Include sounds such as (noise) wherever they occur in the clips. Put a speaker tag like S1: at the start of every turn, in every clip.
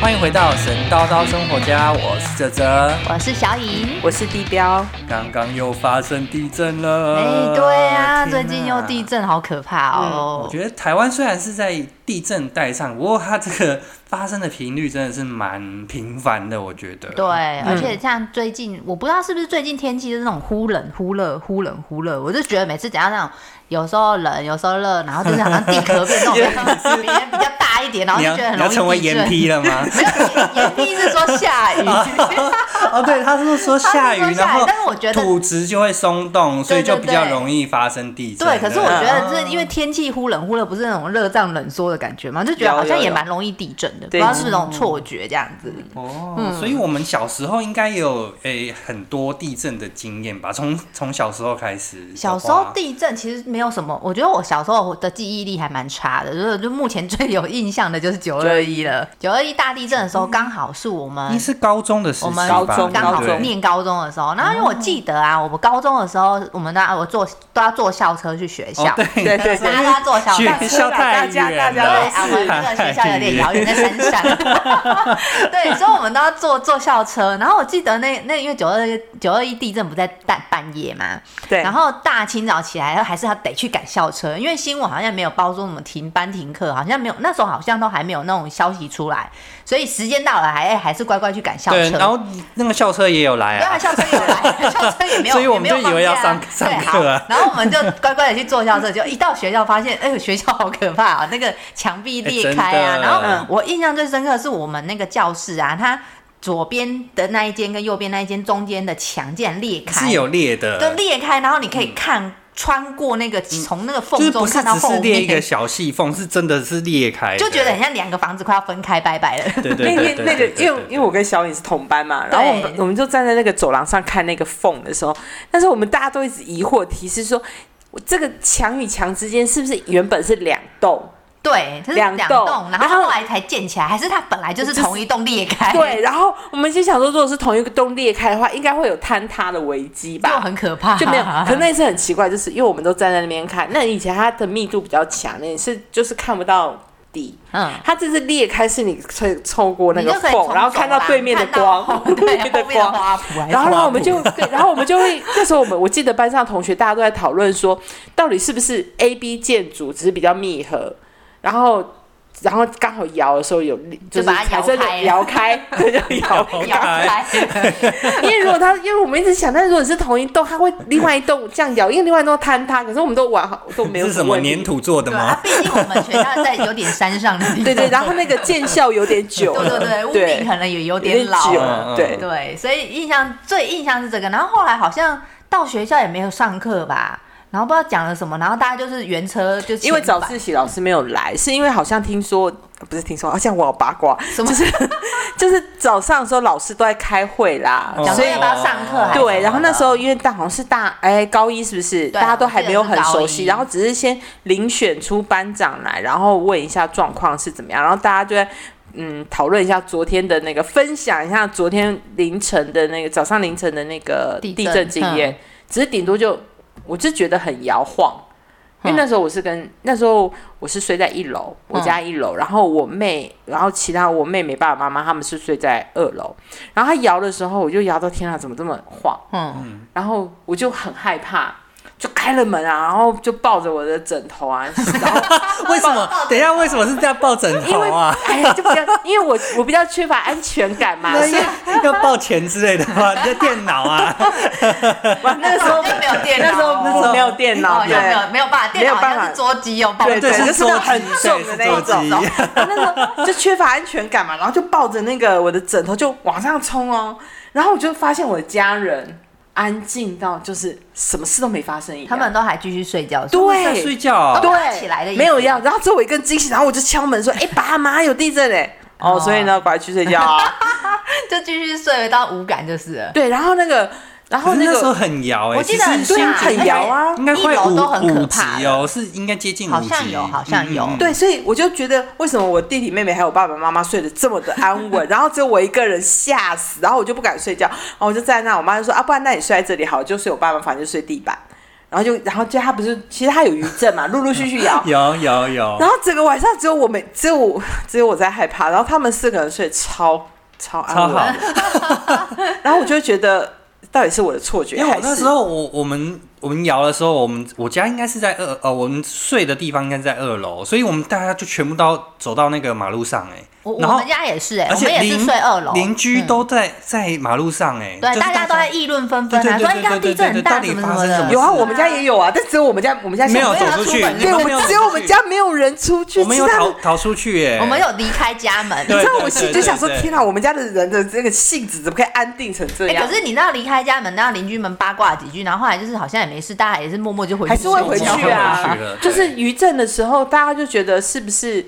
S1: 欢迎回到神叨叨生活家，我是哲哲。
S2: 我是小乙。
S3: 我是地标，
S1: 刚刚又发生地震
S2: 哎、
S1: 了，
S2: 对啊，
S1: 呃天
S2: 最
S1: 哪嗯
S2: 近又地。震，好可怕
S1: 我
S2: 哦。
S1: 觉得台湾虽然是在地震带上，不过它这个发生的频率真的是蛮频繁的，我觉得。
S2: 对，
S1: 嗯
S2: 而且像最近，我不知道是不是最近天气就是那种忽冷忽热、忽冷忽热，我就觉得每次讲到那种有时候冷、有时候热，然后就是好像地壳变
S1: (laughs)
S2: 动比人比较大一点，然后
S1: 你
S2: 就
S1: 要
S2: 觉得很
S1: 你
S2: 容
S1: 要
S2: 易
S1: 成为
S2: 地震
S1: 岩批了吗？
S2: 没有，岩壁是说下雨，
S1: 哦，对，他是说下
S2: 他
S1: 雨，
S2: 是说
S1: 然
S2: 下雨
S1: 后
S2: 但是我觉得。
S1: 土质就会松动，所以就比较容易发生地震。
S2: (laughs) 对，可是我
S1: 不
S2: 觉得这因为天气忽冷忽热，不是那种热胀冷缩的感觉嘛，就觉得
S3: 有
S2: 好像
S3: 有
S2: 也
S3: 有
S2: 蛮容易地震的，不知
S3: 对
S2: 道是不是那种错觉这样子。
S1: 哦，
S2: 嗯
S1: 所以我们小时候应该有诶、很多地震的经验吧？从从小时候开始。
S2: 小时候地震其实没有什么，我觉得我小时候的记忆力还蛮差的，就是就目前最有印象的就是九二一了。九二一大地震的时候，刚好是我们
S1: 你是高中的时
S2: 我
S1: 期吧？
S2: 们
S3: 高中
S2: 刚好
S1: 对不对
S2: 念高中的时候，然后因为我记得啊，我们高中的时候，我们都要我坐都要坐校车去学校
S1: 哦，，对
S3: 对对
S2: 大家都要坐校车。
S1: (laughs) 学校太
S3: 大家
S1: 远
S3: 大
S2: 对
S3: 家
S1: 了
S3: 都
S2: 啊，我们这个学校有点遥远，在山
S3: (laughs)
S2: 上。对，所以我们都要坐坐校车。然后我记得那那因为九二九二一地震不在半半夜嘛，
S3: 对，
S2: 然后大清早起来，还是要得去赶校车，因为新闻好像没有报说什么停班停课，好像没有，那时候好像都还没有那种消息出来，所以时间到了还、哎还是乖乖去赶校
S1: 对，
S2: 车。
S1: 然后那个校车也有来
S2: 对啊，
S1: 啊，
S2: 校车也来，校车也没有，
S1: (laughs) 所以我们
S2: 也没有
S1: 就以为要
S2: 放假
S1: 上
S2: 啊
S1: 上
S2: 对
S1: 课啊 (laughs)
S2: 好然后我们就乖乖的去坐校车，就一到学校发现，哎呦，学校好可怕啊，那个墙壁裂开
S1: 哎
S2: 啊。
S1: 真的
S2: 然后我印象最深刻的是我们那个教室啊，它左边的那一间跟右边那一间中间的墙竟然裂开，
S1: 是有裂的，
S2: 就裂开，然后你可以看、穿过那个从那个
S1: 嗯就是
S2: 缝
S1: 不
S2: 中
S1: 是
S2: 看到
S1: 只
S2: 后
S1: 是
S2: 面，
S1: 裂一个小细缝，是真的是裂开的，
S2: 就觉得很像两个房子快要分开，拜拜了。
S1: 对对
S3: 那
S1: 对
S3: 天
S1: 对
S3: 那个
S1: 对，对
S3: 因为因为我跟小颖是同班嘛，然后我们
S2: 对
S3: 我们就站在那个走廊上看那个缝的时候，但是我们大家都一直疑惑，提示说，我这个墙与墙之间是不是原本是两栋？
S2: 对，它是
S3: 两
S2: 两
S3: 栋
S2: 栋，然
S3: 然后
S2: 后后来才建起来，还是它本来就是同一栋裂开，
S3: 对，，然后我们就想说，如果是同一个洞裂开的话，应该会有坍塌的危机
S2: 就
S3: 吧？
S2: 很可怕，
S3: 就没有，
S2: (laughs)
S3: 可那一次很奇怪，就是因为我们都站在那边看，那以前它的密度比较强，那你是就是看不到底，
S2: 嗯。
S3: 它这次裂开是你透透过那
S2: 你
S3: 个
S2: 就可以
S3: 缝，
S2: 从
S3: 然后看到
S2: 走廊
S3: 对面的
S2: 看到
S3: 光，
S2: 后 (laughs) 对啊后面的
S3: 光，
S2: 花圃还是
S3: 然后
S2: 花
S3: 呢，
S2: 圃
S3: 我们就对，然后我们就会那时候我们我记得班上同学大家都在讨论说，到底是不是 A B 建筑只是比较密合，然后然后刚好摇的时候有
S2: 就是把它
S3: 产生
S2: 摇开了
S3: 摇开，对，就摇
S1: 好
S2: 摇
S1: 开
S2: 开，
S3: (laughs) 因为如果它，因为我们一直想，但如果是同一栋，它会另外一栋这样摇，因为另外一栋坍塌，可是我们都玩好都没有
S1: 是什么
S3: 问题
S1: 粘。土做的
S2: 对
S1: (laughs)
S2: 啊
S1: 吗？，
S2: 毕竟我们学校在有点山上的地方，
S3: 对对，然后那个见效有点久
S2: (laughs) 对
S3: 了，
S2: 对对，屋顶可能也有点老
S3: 久
S2: 了，
S1: 嗯
S3: 了，对
S2: 对，所以印象最印象是这个，然后后来好像到学校也没有上课吧，然后不知道讲了什么，然后大家就是原车就
S3: 因为
S2: 前
S3: 早
S2: 板
S3: 自习老师没有来，是因为好像听说不是听说，好像我有八卦，
S2: 什么
S3: 就是就是早上的时候老师都在开会啦，
S1: 哦
S2: 讲
S3: 所
S2: 说
S3: 以
S2: 要不要上课还是什么的，
S3: 对，然后那时候因为大好像是大哎、高一是不是？
S2: 对啊
S3: 大家都还没有很
S2: 我记得是
S3: 熟
S2: 高
S3: 悉，
S2: 一
S3: 然后只是先遴选出班长来，然后问一下状况是怎么样，然后大家就在。嗯，讨论一下昨天的那个，分享一下昨天凌晨的那个早上凌晨的那个
S2: 地
S3: 地
S2: 震嗯
S3: 震经验，只是顶多就我就觉得很摇晃，因为
S2: 嗯
S3: 那时候我是跟那时候我是睡在一楼，我家一
S2: 嗯
S3: 楼，然后我妹，然后其他我妹妹、爸爸妈妈他们是睡在二楼，然后她摇的时候，我就摇到天啊，怎么这么晃？
S2: 嗯，
S3: 然后我就很害怕，就开了门啊，然后就抱着我的枕头啊，然后
S1: 为什么？等一下，为什么是这样抱枕头啊？
S3: 哎呀，就比较，因为我我比较缺乏安全感
S2: 啊
S3: 嘛，
S1: 那
S3: 所以
S1: (laughs) 要要抱钱之类的
S2: (laughs)
S1: 吗？你的电脑啊？
S3: 哇那个时 (laughs) 候
S2: 就没有电脑，哦
S3: 那时候那时候没有电脑，
S2: 好
S3: 对
S2: 像。没有没有办法，电脑好像是桌机哦有抱
S3: 对
S1: 对，
S3: 对
S1: 是
S3: 就是那
S1: 桌
S3: 种
S1: 机
S3: 很重的那一
S1: 对是
S3: 种
S1: 桌机
S3: 然后 (laughs) 那时候就缺乏安全感嘛，然后就抱着那个我的枕头就往上冲哦，然后我就发现我的家人安静到就是什么事都没发生一样，
S2: 他们都还继续睡觉， (laughs)
S1: 在
S3: 对
S1: 睡觉哦。
S2: 爬
S3: 对
S2: 起来的意思
S3: 没有要，然后之后我一个惊喜，然后我就敲门 (laughs) 说：“哎、爸妈有地震哎、哦，
S2: 哦
S3: (laughs) 所以呢，赶快去睡觉啊。
S2: 就继续睡到无感就是了。
S3: 对，然后那个然
S1: 可
S3: 后
S1: 是
S3: 那
S1: 那时候
S3: 个
S1: 很摇哎、
S2: 我
S1: 其
S2: 记
S1: 实
S2: 得很
S3: 对啊
S2: 像
S3: 很摇啊
S1: 应该
S2: 一
S1: 快
S2: 楼
S1: 五
S2: 都很
S1: 五
S2: 可
S1: 集
S2: 怕的
S1: 哦，是应该接近五集，
S2: 好像有好像有
S1: 嗯嗯嗯。
S3: 对，所以我就觉得为什么我弟弟妹妹还有爸爸妈妈睡得这么的安稳，然后只有我一个人吓死，然后我就不敢睡觉，然后我就在那，我妈就说啊，不然那你睡在这里好了，就睡我爸爸房间，就睡地板，然后就然后就他不是其实他有余震嘛，陆陆续续摇
S1: (laughs) 嗯有有有
S3: 然，后整个晚上只有我们，只有我，只有我在害怕。然后他们四个人睡得超超安
S1: 超
S3: 稳，
S1: 好。
S3: 然后我就会觉得到底是我的错觉
S1: 因为我
S3: 还是
S1: 那时候我我们我们摇的时候，我们我家应该是在二呃，我们睡的地方应该是在二楼，所以我们大家就全部都走到那个马路上哎、
S2: 我我
S1: 然后
S2: 们家也是哎、
S1: 而
S2: 我们
S1: 且
S2: 也
S1: 邻
S2: 是睡二楼，
S1: 邻居
S2: 嗯
S1: 都在、在马路上哎、
S2: 对，
S1: 就是
S2: 大家都在议论纷纷
S1: 对
S2: 啊，
S1: 对
S2: 说
S1: 对
S2: 哎，刚
S1: 对
S2: 地震很
S1: 对对
S2: 大
S1: 到
S2: 什
S1: 底
S2: 么什
S1: 发
S2: 么
S1: 生什么
S2: 的，
S1: 事
S3: 有啊，我们家也有啊，但只有我们家我们家
S1: 没有
S3: 小朋友
S1: 走出去
S2: 没有
S1: 你
S3: 对，
S1: 们
S3: 我
S1: 没有
S3: 们
S1: 走
S3: 只有我
S1: 出
S3: 们
S1: 去
S3: 家没有人出去，
S1: 我们有
S3: 是他
S1: 逃逃出去哎、
S2: 我们有离开家门。
S1: 对
S3: 你知道我心里就想说，
S1: 对对对对
S3: 天哪，我们家的人的这个性子怎么可以安定成这
S2: 哎、
S3: 样？
S2: 可是你知道离开家门，然后邻居们八卦几句，然后后来就是好像也没事，大家也是默默就回去，
S3: 还是会回
S1: 我们
S3: 去
S1: 就
S3: 啊，
S1: 回去了
S3: 就是
S1: 对
S3: 余震的时候，大家就觉得是不是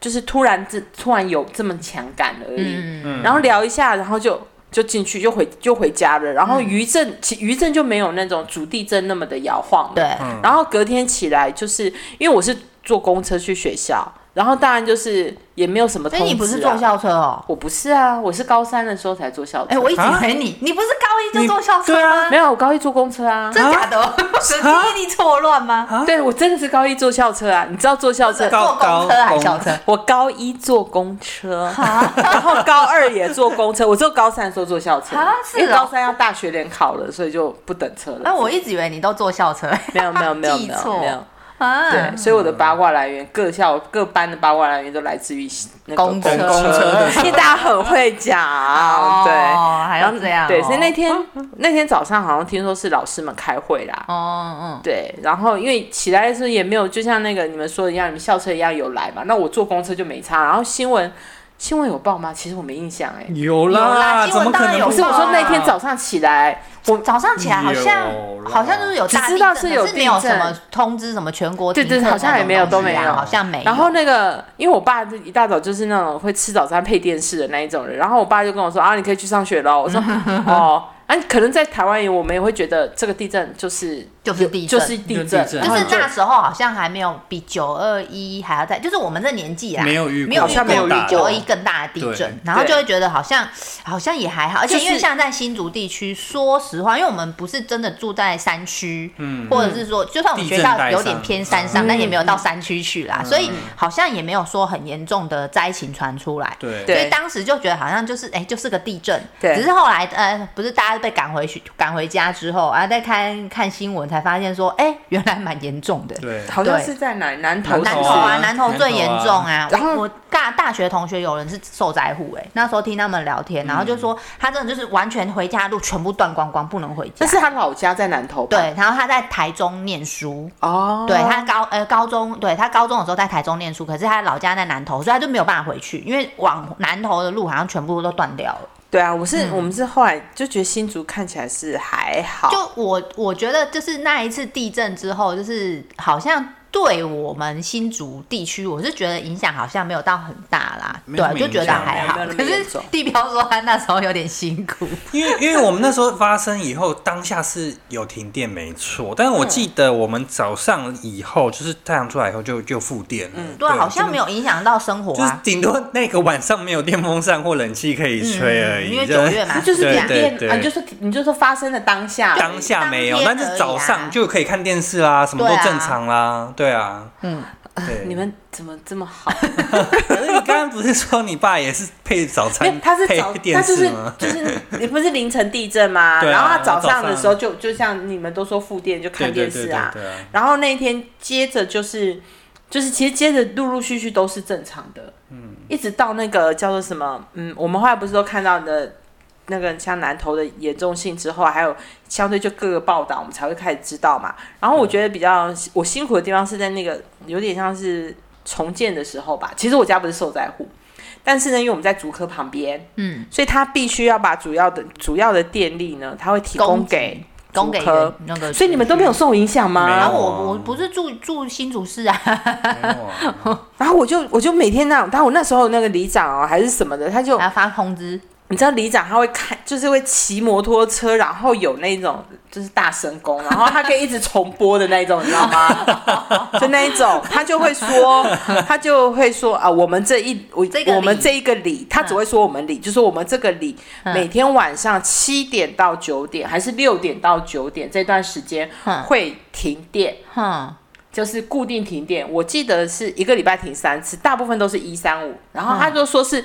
S3: 就是突然这突然有这么强感而已，
S2: 嗯，
S1: 嗯
S3: 然后聊一下，然后就。就进去，就回就回家了。然后余震，其余震就没有那种主地震那么的摇晃嘛。
S2: 对，
S1: 嗯
S3: 然后隔天起来，就是因为我是坐公车去学校，然后当然就是也没有什么通
S2: 所以
S3: 知、啊。
S2: 你不是坐？校车 (laughs) 哦？
S3: 我不是啊，我是高三的时候才坐校车。
S2: 哎、我一直以
S1: 啊
S2: 为你，你不是高一就
S1: 你
S2: 坐校车
S1: 对
S2: 吗？
S1: 啊
S3: (laughs) 没有，我高一坐公车啊。
S2: 真假的？ (laughs) 神经一定错乱吗？
S3: 对，我真的是高一坐校车啊。你知道坐校车？
S1: 高
S2: 坐公车还是校车？
S3: 我高一坐公车， (laughs) 然后高二也坐公车，我只有高三的时候坐校车
S2: 啊，是哦
S3: 因为高三要大学联考了，所以就不等车
S2: 哎、
S3: 了。
S2: 我一直以为你都坐校车。
S3: 没有没有
S2: (laughs)
S3: 没有没
S2: 记
S3: 有
S2: 错
S3: 没有，
S2: 啊，
S3: 对，所以我的八卦来源，各校各班的八卦来源都来自于那个
S2: 公车
S1: 公车的
S3: 因为大家很会讲，
S2: 哦，
S3: 对，
S2: 还要
S3: 然后
S2: 这样哦、
S3: 对，所以那天那天早上好像听说是老师们开会啦，
S2: 哦，嗯，
S3: 对，然后因为起来的时候也没有，就像那个你们说的一样，你们校车一样有来嘛。那我坐公车就没差。然后新闻新闻有报吗？其实我没印象哎、
S1: 有
S2: 有
S1: 啦，
S2: 啦新
S1: 怎
S2: 闻
S1: 么可
S2: 当然
S1: 能
S2: 有
S1: 不
S3: 可是我
S2: 报
S3: 说
S2: 啊
S3: 那天早上起来，我
S2: 早上起来好像
S1: 有啦
S2: 好像就是有大
S3: 只知道
S2: 地震
S3: 是有
S2: 可是没有
S3: 地震
S2: 什么通知什么全国
S3: 对对
S2: 停课
S3: 好像
S2: 那
S3: 也
S2: 种
S3: 没有
S2: 东
S3: 都
S2: 西
S3: 没
S2: 啊
S3: 有
S2: 好像没有。
S3: 然后那个，因为我爸就一大早就是那种会吃早餐配电视的那一种人，然后我爸就跟我说啊，你可以去上学喽。
S2: (laughs)
S3: 我说哦，啊，可能在台湾也我们也会觉得这个地震就是
S2: 就是地
S3: 就
S2: 震
S3: 是地
S1: 就是啊地，震
S3: 震然
S2: 就
S3: 后
S2: 是
S3: 你
S2: 那时候好像还没有比九二一还要在，就是我们这年纪啊，
S1: 没有遇过
S2: 没有
S3: 好像没有遇过
S2: 九二一更大的地
S1: 对
S2: 震，然后就会觉得好像好像也还好，而且
S3: 就是
S2: 因为像在新竹地区，说实话，因为我们不是真的住在山区，嗯，或者是说，就算我们学校有点偏山
S1: 地震带上嗯
S2: 上，
S3: 嗯
S2: 但也没有到山区去啦，所以好像也没有说很严重的灾情传出来。
S1: 对
S2: 所
S3: 对
S2: 以当时就觉得好像就是哎、就是个地震，
S3: 对
S2: 只是后来呃，不是大家被赶回去赶回家之后啊，再看看新闻才发现说，哎、原来蛮严重的。
S1: 对，
S3: 好像
S2: 对
S3: 是在哪南投
S1: 南
S2: 南
S3: 是不
S2: 投
S3: 是
S2: 啊，
S1: 南
S2: 南
S1: 投啊
S2: 投最严重啊！
S3: 然后
S2: 我我大大学同学有人是受灾户哎，那时候听他们聊
S3: 嗯
S2: 天，然后就说他真的就是完全回家路全部断光光，不能回家
S3: 但。是他老家在南投吧，
S2: 对，然后他在台中念书，
S3: 哦，
S2: 对他高呃高中，对他高中的时候在台中念书，可是他老家在南投，所以他就没有办法回去，因为往南投的路好像全部都断掉了。
S3: 对啊，我是、我们是后来就觉得新竹看起来是还好，
S2: 就我我觉得就是那一次地震之后，就是好像。对我们新竹地区，我是觉得影响好像没有到很大啦，
S1: 没有什么
S2: 对，就觉
S1: 影
S2: 得
S1: 响
S2: 还好
S3: 没有。那么
S2: 可
S3: 严
S2: 是
S3: 重
S2: 地标说他那时候有点辛苦，
S1: 因为因为我们那时候发生以后，当下是有停电没错，但是我记得我们早上以后，就是太阳出来以后就就复电了，
S3: 嗯
S2: 对，啊好像没
S1: 有。
S2: 有影响到生活
S1: 就是
S2: 啊，
S1: 顶多那个晚上没有电风扇或冷气可以吹而已，
S2: 嗯
S1: (laughs)
S2: 因为
S1: 就
S2: 九月嘛，
S3: 就是
S1: 对
S3: 停电
S1: 对
S3: 啊，你就说你就说发生的当下，
S1: 当下没有，
S2: 当
S1: 但
S2: 天
S1: 是早
S2: 而已
S1: 上
S2: 啊
S1: 就可以看电视啦，什么都
S2: 对啊
S1: 正常啦，对啊。
S2: 嗯，
S1: 对
S3: 哎 (laughs) 你们怎么这么好？
S1: (laughs) 可是你刚刚不是说你爸也是配早
S3: 没有
S1: 餐，
S3: 他是
S1: 配
S3: 早，他
S1: 电
S3: 就是
S1: 视吗？
S3: 就是 (laughs) 你不是凌晨地震吗？
S1: 对啊
S3: 然后他早上
S1: 早
S3: 的
S1: 上
S3: 时候就就像你们都说复电就
S1: 对
S3: 看
S1: 对
S3: 电
S1: 对
S3: 视
S1: 对
S3: 啊，
S1: 对啊。
S3: 然后那一天接着就是就是其实接着陆陆续续都是正常的，嗯，一直到那个叫做什么，嗯，我们后来不是都看到的。那个像南投的严重性之后，还有相对就各个报道，我们才会开始知道嘛。然后我觉得比较我辛苦的地方是在那个有点像是重建的时候吧。其实我家不是受灾户，但是呢，因为我们在竹科旁边，
S2: 嗯，
S3: 所以他必须要把主要的主要的电力呢，他会提供
S2: 供给
S3: 给
S2: 供给
S3: 竹科
S2: 人那个，
S3: 所以你们都没有。受影响吗？
S1: 没有
S2: 然后我我不是住住新竹市啊，
S1: 没
S2: (laughs)
S1: 有啊
S3: 啊然后我就我就每天那样，但我那时候那个里长哦还是什么的，他就
S2: 还要发通知，
S3: 你知道里长他会开，就是会骑摩托车，然后有那种就是大神功，然后他可以一直重播的那一种，你知道吗？
S2: (laughs)
S3: 就那一种，他就会说，他就会说啊，我们这一我
S2: 这个里
S3: 我们这一个里，他只会说我们里，就说我们这个里、
S2: 嗯
S3: 每天晚上七点到九点，还是六点到九点这段时间、
S2: 嗯
S3: 会停电。
S2: 哼，
S3: 就是固定停电，我记得是一个礼拜停三次，大部分都是一三五，然后他就说是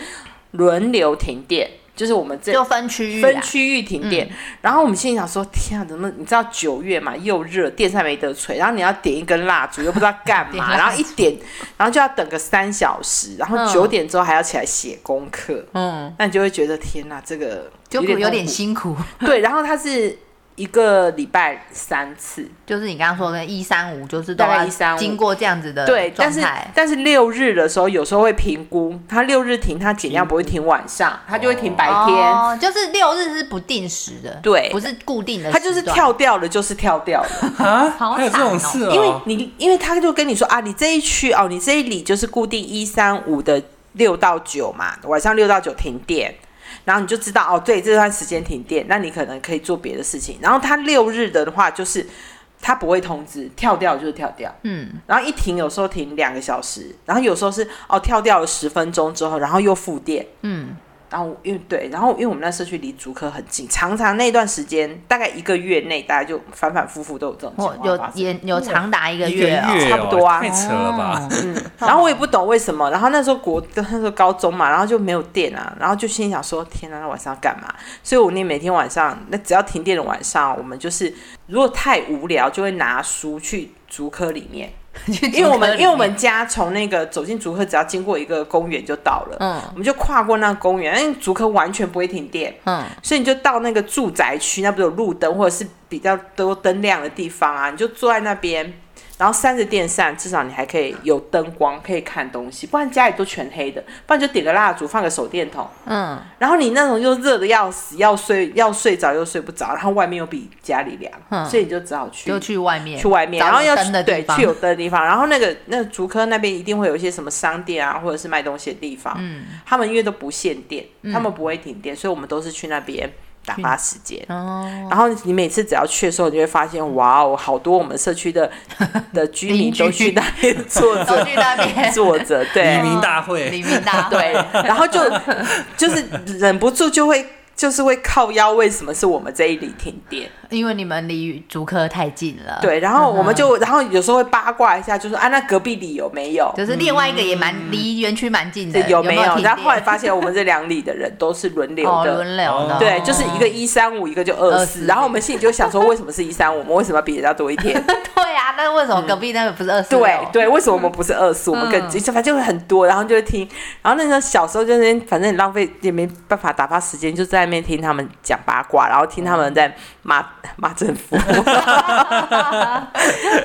S3: 轮流停电，就是我们这
S2: 就嗯分区域啊啦
S3: 分区域停电。然后我们心里想说，天啊，怎么你知道九月嘛，又热，电扇没得吹，然后你要点一根蜡烛，又不知道干
S2: 点蜡 (laughs)
S3: 嘛，
S2: 烛
S3: 然后一点，然后就要等个三小时，然后
S2: 嗯
S3: 九点之后还要起来写功课，
S2: 嗯，
S3: 那你就会觉得天啊哪，这个
S2: 就有点
S3: 痛苦
S2: 辛苦，
S3: 对。然后它是一个礼拜三次，
S2: 就是你刚刚说的一三五，就是都
S3: 大概
S2: 要
S3: 135
S2: 经过这样子的
S3: 对，
S2: 状
S3: 但是
S2: 态，
S3: 但是六日的时候，有时候会评估，他六日停，他尽量不会停晚上，他就会停白天，
S2: 哦，就是六日是不定时的，
S3: 对
S2: 不是固定的时段，
S3: 他就是跳掉了，就是跳掉了，
S1: 啊，
S2: 好
S1: 还有这
S2: 惨
S1: 种
S2: 哦
S1: 事
S3: 因为
S1: 哦。
S3: 你因为他就跟你说啊，你这一区哦，你这一里就是固定一三五的六到九嘛，晚上六到九停电。然后你就知道哦，对，这段时间停电，那你可能可以做别的事情。然后他六日的话，就是他不会通知，跳掉就是跳掉。
S2: 嗯，
S3: 然后一停有时候停两个小时，然后有时候是哦跳掉了十分钟之后，然后又复电，
S2: 嗯，
S3: 然后因为对，然后因为我们那社区离竹科很近，常常那段时间大概一个月内，大家就反反复复都有这种情
S2: 我
S3: 况
S2: 哦有
S3: 啊发生。
S2: 也有长达一个
S1: 一个
S2: 月哦，
S1: 月、哦、
S3: 差不多啊嗯
S1: 太扯了吧？
S3: 然后我也不懂为什么，然后那时候国那时候高中嘛，然后就没有电啊，然后就心里想说天哪，那晚上要干嘛？所以我那每天晚上，那只要停电的晚上，我们就是如果太无聊，就会拿书去竹科里 (laughs) 面，因为
S2: (laughs)
S3: 我们因为我们家从那个走进竹科，只要经过一个公园就到了，
S2: 嗯
S3: 我们就跨过那个公园，因为竹科完全不会停电，
S2: 嗯
S3: 所以你就到那个住宅区，那不是有路灯或者是比较多灯亮的地方啊，你就坐在那边，然后扇着电扇，至少你还可以有灯光可以看东西，不然家里都全黑的，不然就点个蜡烛，放个手电筒，
S2: 嗯，
S3: 然后你那种又热的要死，要睡要睡着又睡不着，然后外面又比家里凉，
S2: 嗯
S3: 所以你就只好去
S2: 就去外面
S3: 去外面，
S2: 找
S3: 然后
S2: 有
S3: 要
S2: 灯
S3: 去
S2: 的地
S3: 对
S2: 方
S3: 去有灯的地方， (laughs) 然后那个那个竹科那边一定会有一些什么商店啊，或者是卖东西的地方，
S2: 嗯
S3: 他们因为都不限电，他们不会停电，所以我们都是去那边打发时间。
S2: 哦，
S3: (laughs) 然后你每次只要去的时候，你就会发现，哇哦，好多我们社区
S2: (laughs)
S3: 的的居民
S2: 邻居
S3: 都去那边坐
S2: 都
S3: 着
S2: 去那边
S3: 坐着，对啊
S1: 黎明哎大会，
S2: 黎明大
S3: (laughs) 对，然后就就是忍不住就会就是会靠腰，为什么是我们这一里停电？
S2: 因为你们离竹科太近了，，
S3: 对，然后我
S2: 嗯
S3: 们就，然后有时候会八卦一下，就说啊，那隔壁里有没有？
S2: 就是另外一个也蛮离园区蛮近的，
S3: 嗯有
S2: 没
S3: 没有？
S2: 停
S3: 然后后来
S2: 电
S3: 发现我们这两里的人都是轮流
S2: 哦
S3: 的。
S2: 轮哦流的，
S3: 对，就是一个一三五，一个就二四，
S2: 24
S3: 然后我们心里就想说，为什么是一三五？我们为什么要比人家多一天？
S2: 对啊，那为什么隔壁那个不是二十六？
S3: 对对，为什么我们不是二
S2: 嗯
S3: 四？我们更近，反正就会很多，然后就会听。然后那时候小时候就是，反正浪费也没办法打发时间，就在那边听他们讲八卦，然后听他
S2: 嗯
S3: 们在骂骂政府。
S2: (laughs)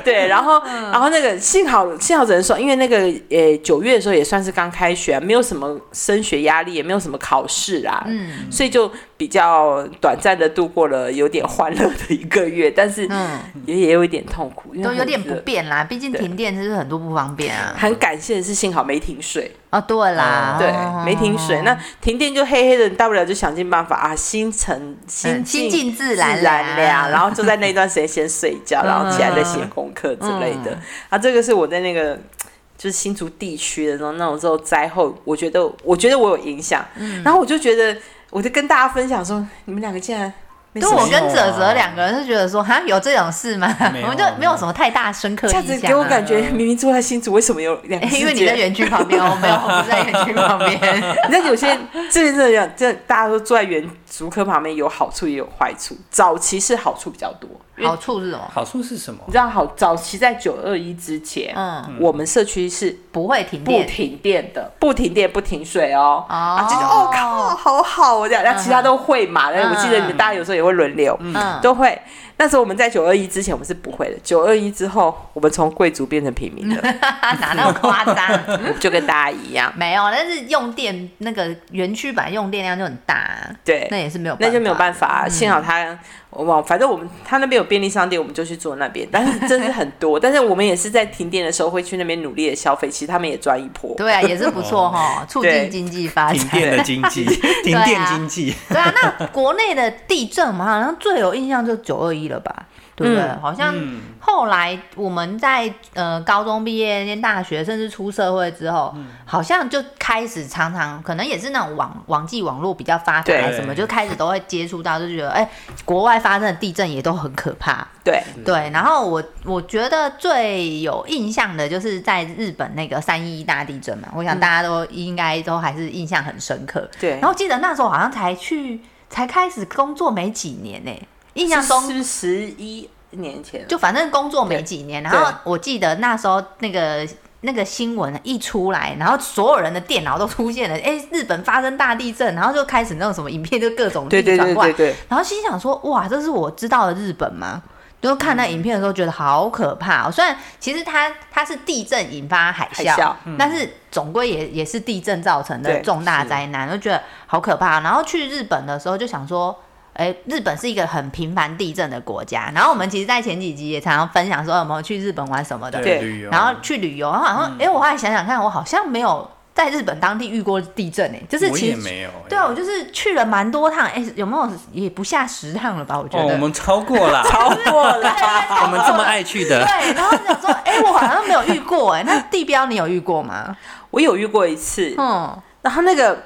S3: 对，然后
S2: 嗯
S3: 然后那个幸好幸好只能说，因为那个呃九月的时候也算是刚开学，没有什么升学压力，也没有什么考试啦，嗯，所以就比较短暂的度过了有点欢乐的一个月，但是
S2: 嗯
S3: 也也有一点痛苦，因为
S2: 都有
S3: 很
S2: 点不
S3: 热
S2: 便啦，毕竟
S3: 对
S2: 停电就是很多不方便啊。
S3: 很感谢的是，幸好没停水，
S2: 哦，对啦，
S3: 对
S2: 哦，
S3: 没停水。那停电就黑黑的，你大不了就想尽办法啊，心诚心
S2: 嗯心静
S3: 静
S2: 自然凉
S3: 然
S2: 嗯
S3: 凉，然后就在那段时间先睡
S2: (laughs)
S3: 觉，然后起来再写功课之类的。啊，这个是我在那个就是新竹地区的那种那种之后灾后，我觉得我觉得我有影响，
S2: 嗯
S3: 然后我就觉得我就跟大家分享说，你们两个竟然没
S2: 对
S3: 什么
S2: 我
S1: 没有
S2: 跟
S1: 啊
S2: 泽泽两个人是觉得说，哈，有这种事吗？
S1: 没有
S2: (laughs) 我们就没有什么太大深刻
S3: 这样
S2: 印
S3: 子
S2: 象。
S3: 给我感觉，明明住在新竹，为什么有两个
S2: 哎，
S3: 世界？
S2: (laughs) 因为你在园区旁
S3: (laughs)
S2: 边，哦我没有，我不在园区旁边。
S3: 那有些这边真的有这大家都坐在原竹科旁边，有好处也有坏处。早期是好处比较多，因为
S2: 好处是什么？
S1: 好处是什么
S3: (laughs) 你？知道好，早期在九二一之前，
S2: 嗯，
S3: 我们社区是
S2: 不会停
S3: 不
S2: 电。 (laughs)
S3: 停电的，不停电不停水哦。啊，就是哦靠，
S2: 哦，
S3: 好好哦这样，那其他都会嘛。那、我记得你们大家有时候也会轮流，
S2: 嗯
S3: 都会。那时候我们在九二一之前我们是不会的，九二一之后我们从贵族变成平民的，
S2: 他哪那么夸张？ (laughs)
S3: 就跟大家一样。
S2: 没有，但是用电那个园区本来用电量就很大啊，
S3: 对
S2: 那也是没有，
S3: (laughs) 那就没有办。法、
S2: 嗯
S3: 啊。幸好他，我忘反正我们他那边有便利商店，我们就去做那边，但是真是很多。 (laughs) 但是我们也是在停电的时候会去那边努力的消费，其实他们也赚一波。
S2: 对啊，也是不错哈，促进
S3: (laughs) 对
S2: 经济发
S1: 停
S2: 展。
S1: 电的经
S3: (laughs)
S1: 济，
S3: 啊
S1: (laughs) 停电经济，
S2: (laughs) 对啊，那国内的地震，我们好像最有印象就九二一了吧？对不对？
S3: 嗯
S2: 好像后来我们在呃高中毕业、念大学，甚至出社会之后，
S3: 嗯
S2: 好像就开始常常可能也是那种网网际网络比较发达
S3: 对
S2: 还是什么，就开始都会接触到，就觉得哎、国外发生的地震也都很可怕。
S3: 对，
S2: 对，然后我我觉得最有印象的就是在日本那个三一一大地震嘛，我想大家都应该都还是印象很深刻。
S3: 对
S2: 然后记得那时候好像才去才开始工作没几年呢、印象中
S3: 是不是十一年前了？
S2: 就反正工作没几年，然后
S3: 对
S2: 我记得那时候那个那个新闻一出来，然后所有人的电脑都出现了，哎，日本发生大地震，然后就开始那种什么影片就各种
S3: 对对
S2: 转
S3: 对
S2: 过来
S3: 对对，
S2: 然后心想说，哇，这是我知道的日本吗？就看
S3: 嗯
S2: 那影片的时候觉得好可怕、哦，虽然其实它它是地震引发海啸，
S3: 海啸嗯
S2: 但是总归也也是地震造成的
S3: 对
S2: 重大灾难，
S3: 嗯
S2: 就觉得好可怕。然后去日本的时候就想说。哎，日本是一个很频繁地震的国家。然后我们其实，在前几集也常常分享说有没有去日本玩什么的，
S3: 对哦嗯
S1: 旅游，
S2: 然后去旅游，然后好像哎、我后来想想看，我好像没有在日本当地遇过地震哎、就是
S1: 我
S2: 其
S1: 也
S2: 实
S1: 没有，哎
S2: 对啊，我就是去了蛮多趟，哎、有没有也不下十趟了吧？我觉
S1: 哦，
S2: 得。
S1: 我们超过啦，
S3: (laughs) 超过了。
S1: (laughs) 我们这么爱去的，
S2: 对，然后想说，哎、我好像没有遇过、哎，那地标你有遇过
S3: (laughs)
S2: 吗？
S3: 我有遇过一次，
S2: 嗯，
S3: 然后那个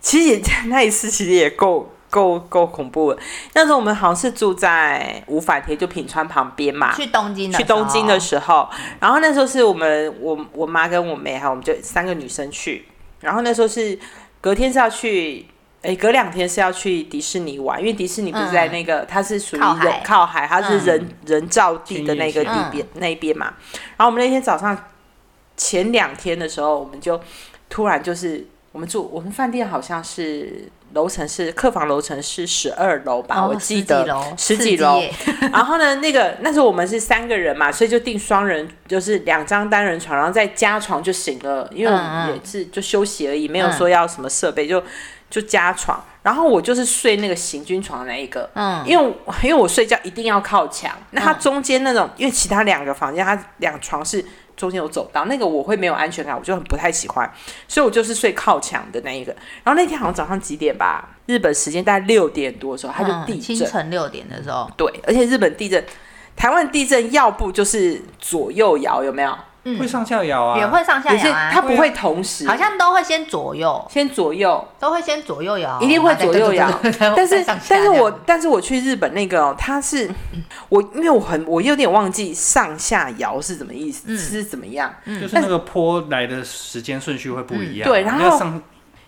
S3: 其实也那一次其实也够够够恐怖了。那时候我们好像是住在五反田，就品川旁边嘛，
S2: 啊去东京的
S3: 去东京的
S2: 时嗯
S3: 时候，然后那时候是我们我我妈跟我妹还有我们就三个女生去，然后那时候是隔天是要去。哎，隔两天是要去迪士尼玩，因为迪士尼不是在那个，它是属于
S2: 靠海
S3: 人靠海，它是
S2: 嗯
S3: 人、人造地的那个地边、那一边嘛。然后我们那天早上前两天的时候，我们就突然就是我们住我们饭店好像是楼层是客房楼层是十二楼吧，
S2: 候，哦
S3: 我记得
S2: 十
S3: 十
S2: 几
S3: 几
S2: 楼，
S3: 楼， (laughs) 然后呢，那个那时候我们是三个人嘛，所以就订双人，就是两张单人床，然后再加床就行了，因为我
S2: 嗯嗯
S3: 们也是就休息而已，没有说要什么设备，就就加床。然后我就是睡那个行军床那一个，
S2: 嗯
S3: 因为因为我睡觉一定要靠墙，那它中间那种，因为其他两个房间它两床是中间有走道，那个我会没有安全感，我就很不太喜欢，所以我就是睡靠墙的那一个。然后那天好像早上几点吧，日本时间大概六点多的时候，它就
S2: 嗯
S3: 地
S2: 清
S3: 震。
S2: 晨六点的时候，
S3: 对，而且日本地震，台湾地震要不就是左右摇，有没有？
S1: 会上下摇啊，
S2: 也会上下
S3: 有些
S2: 摇啊
S3: 它，不会同时，
S2: 好像哦都会先左右，
S3: 先左右，
S2: 都会先左右摇，
S3: 一定会左右摇。但
S2: 但
S3: 是，但是我但是我去日本那个、哦，它是我因为我很我有点忘记上下摇是怎么意思，
S2: 嗯
S3: 是怎么样。
S1: 就是那个坡来的时间顺序会不一样啊，
S3: 嗯嗯对然后
S1: 那上